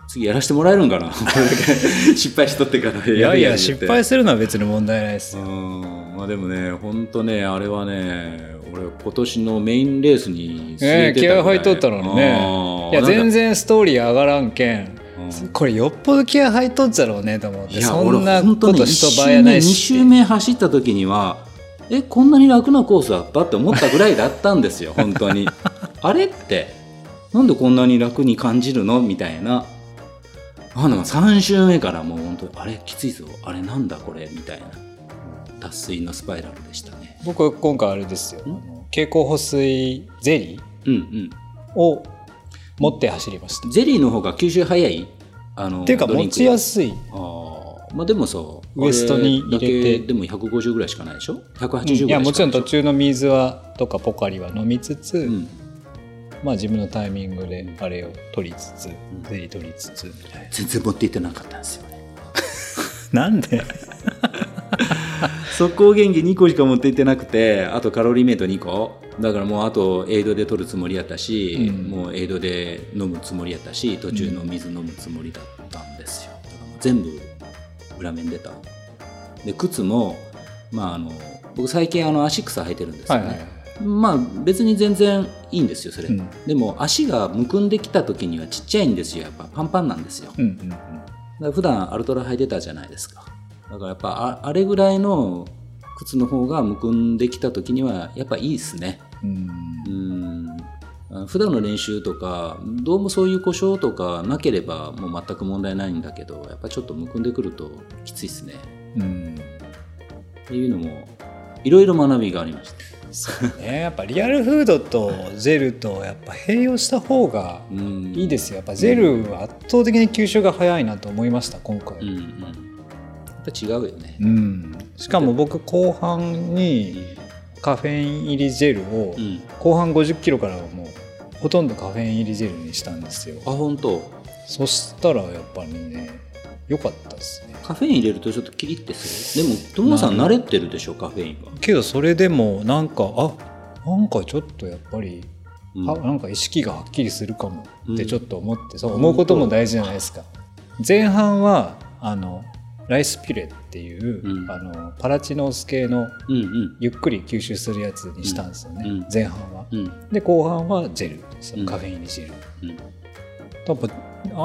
次やらせてもらえるん かなこれだけ失敗しとってからやる
いやいや
る言うて
失敗するのは別に問題ないです
う
よ、
んまあでもね本当ねあれはね俺今年のメインレースに据
ね
え
え
て
気
たぐら
合入っとったのにねいや全、然ストーリー上がらんけん
うんなんか
これよっぽど気合入っとっちゃろうねと思っ
うん
て
いや
そんな
俺本当
こ
ね
としとばやない
1
し
周目2周目走った時にはえこんなに楽なコースだったって思ったぐらいだったんです よ本当にあれってなんでこんなに楽に感じるのみたいなあの3周目からもう本当にあれきついぞあれなんだこれみたいな脱水のスパイラルでしたね
僕今回あれですよあの蛍光補水ゼリ
うんうん
ーを持って走りました、
ゼリーの方が吸収早いあの
っていうか持ちやすい
ああーまあでもさ
ウエストに入れて
あだけでも150ぐらいしかないでしょ180ぐらいしかないでしょ
いやもちろん途中の水はとかポカリは飲みつつ、
うん
まあ自分のタイミングであれを取りつつ、ゼリー取りつつみたい
全然持っていってなかったんですよね
ななんで
速攻元気2個しか持っていってなくてあとカロリーメイト2個だからもうあとエイドで取るつもりやったし、
うん
もうエイドで飲むつもりやったし途中の水飲むつもりだったんですよだからもう全部裏面出たで靴もまああの僕最近あの足草履いてるんです
は
よ
い
ね、
はいはい
まあ別に全然いいんですよそれ、
うん
でも足がむくんできた時にはちっちゃいんですよやっぱパンパンなんですよだか
うんうんうん
ら普段アルトラ履いてたじゃないですかだからやっぱああれぐらいの靴の方がむくんできた時にはやっぱいいですね
うん
うんあ普段の練習とかどうもそういう故障とかなければもう全く問題ないんだけどやっぱちょっとむくんでくるときついですね
うん
っていうのもいろいろ学びがありました、
そうねやっぱリアルフードとゼルとやっぱ併用した方が
うん
いいですよやっぱゼルは圧倒的に吸収が早いなと思いました今
うんう
回、
んやっぱ違うよね
うん、しかも僕後半にカフェイン入りゼルを
うん
後半5 0キロからはもうほとんどカフェイン入りゼルにしたんですよ
あ本当
そしたらやっぱりね良かったですね
カフェイン入れるとちょっとキリってするでも友野さん慣れてるでしょカフェインは
けどそれでもなんかあなんかちょっとやっぱり、
うん
あなんか意識がはっきりするかもってちょっと思って、そう
うん
思うことも大事じゃないですか前半はあのライスピュレっていう、
うん
あのパラチノース系の
うんうん
ゆっくり吸収するやつにしたんですよね、
うん
前半は
うん
で後半はジェルですよ
うん
カフェイン入りジェル、
うん
多分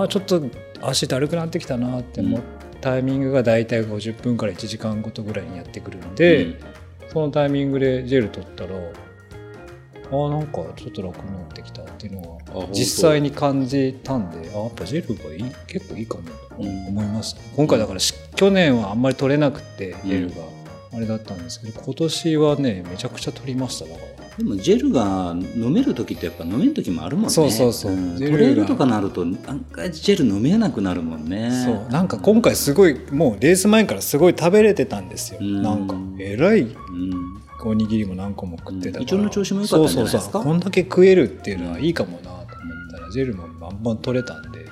あちょっと足だるくなってきたなって思うタイミングが大体50分から1時間ごとぐらいにやってくるんで、
うん
そのタイミングでジェル取ったらあなんかちょっと楽になってきたっていうの
あ
は
本当
実際に感じたんであやっぱジェルがいい結構いいかもと思いました、今回だからし去年はあんまり取れなくてジェルがあれだったんですけど今年はねめちゃくちゃ取りましただから。
でもジェルが飲める時ってやっぱ飲める時もあるもんね
そうそうそうんジ
ト
ェルが
レイルとかなるとなんかジェル飲めなくなるもんね
そうなんか今回すごいもうレース前からすごい食べれてたんですよ、
うん
なんかえらい
うん
おにぎりも何個も食ってたから、
うん胃腸の調子も良かったんじゃないですか
そうそうそうこんだけ食えるっていうのはいいかもなと思ったらジェルもバンバン取れたんでや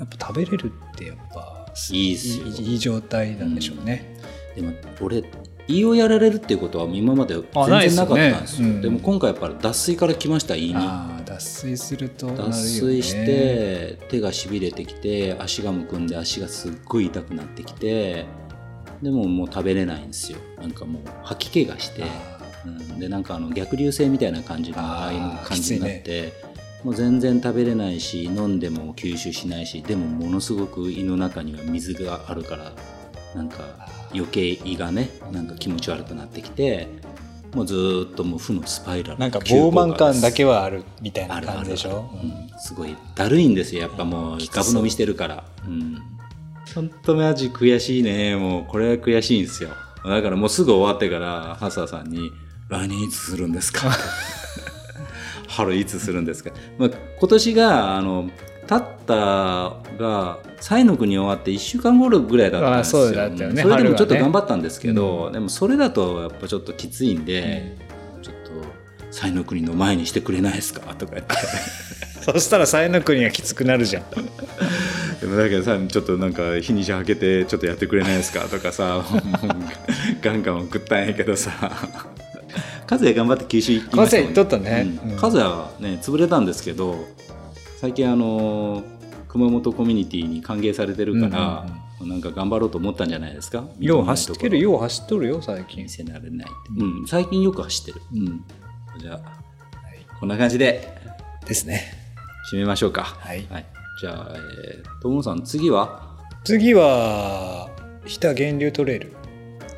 うん
っぱ食べれるってやっぱ
いいっすよ
いいい状態なんでしょうね、
でも俺胃をやられるっていうことは今まで全
あないで
然
す
な
よ
かったんですよ
ね
で
うん
も今回やっぱり脱水から来ました胃に
ああ脱水するとなるよ、ね、
脱水して手がしびれてきて足がむくんで足がすっごい痛くなってきてでももう食べれないんですよなんかもう吐き気がして、
あ
うん、でなんかあの逆流性みたいな感じの
あー
ああいう感じになって、もう全然食べれないし飲んでも吸収しないしでもものすごく胃の中には水があるからなんか余計胃がねなんか気持ち悪くなってきてもうずーっともう負のスパイラル
ーなんか傲慢感だけ
は
はあるみたい
あ
な
るあ
感じ
る
でしょ
うん、すごいだるいんですよやっぱもう
きつそ
ガ
う
ブ飲みしてるからうん本当マジ悔しいねもうこれは悔しいんですよだからもうすぐ終わってからハッサーさんに「来年いつするんですか? 」春いつするんですか、まあ、今年があのタッタが西の国終わって1週間後ぐらいだったんですよ
あそうだったよね
それでもちょっと
春はね
頑張ったんですけど、
うん
でもそれだとやっぱちょっときついん
う
で、
ん
ちょっと西の国の前にしてくれないですかとか言って
そしたら才能国がきつくなるじゃん
でもだけどさちょっとなんか日にちはけてちょっとやってくれない ですかとかさもうガンガン送ったんやけどさ 和也頑張って吸収行きましたもん
和也行っとったね
うん
うん
和也はね潰れたんですけど最近あの熊本コミュニティに歓迎されてるから、なんか頑張ろうと思ったんじゃないですか
よう走ってる
よ
よう走っとるよ最近
見せられないって、うん、最近よく走ってる、うん、じゃあ、こんな感じで
ですね
締めましょうか
はい
はい、じゃあ、えー、友野さん次は
次は日田源流トレイル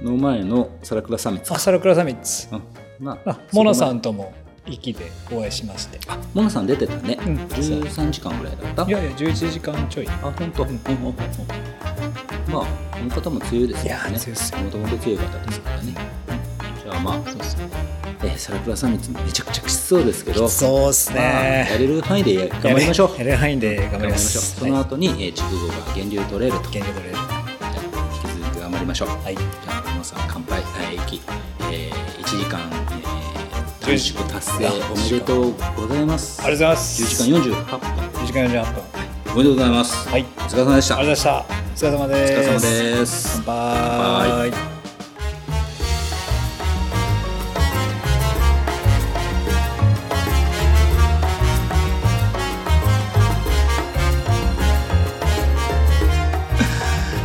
の前の皿倉サミッツ
あサラクラサミッツ
うんまあ
あモナさ
そこ
んとも息でお会いしまして
まであモナさん出てたね、
うん
13時間ぐらいだった
いやいや11時間ちょい
あ本当、うんうんうんうんまあこの方も強いですよ
い
ね
や強いっすよ
もともと強い方ですからね、じゃあまあ
そうそう
えー皿倉サミッツもめちゃくちゃきつそうですけど
そうっす
まあや
ね
れる範囲でや頑張りましょう
やれやれ範囲で頑張りましょう
その後に、えー、筑後が源流取れると、
源流トレイルは
はい引き続き頑張りましょう
い
じゃあ皆さん乾杯大駅、えー、1時間、えー、短縮達成おめでとうございます
ありがとうございます
11時間48分
11時間48分
おめでとうございます、
はい
お疲れ様でした
ありがとうございましたお疲れ様で
お疲れ
す
様です
乾杯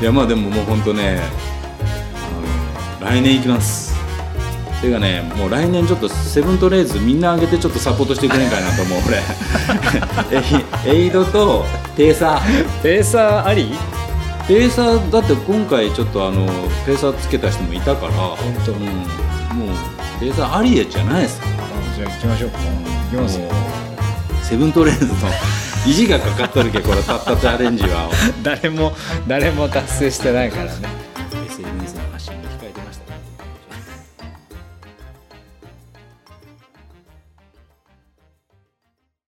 いやまあでももう本当ね、あの来年行きます。ていうかね、もう来年ちょっとセブントレーズみんな上げてちょっとサポートしてくれんかいなと思う 俺。エイエイドとペーサー。
ペーサーあり
ペーサーだって今回ちょっとあのペーサーつけた人もいたから、
本当
うん、もうペーサーありえじゃないですか。
じゃあ行きましょうか行きますよ
もうセブントレーンズの意 地がかかっとるけ、これ、たったってアレンジは。
誰も誰も達成してないからね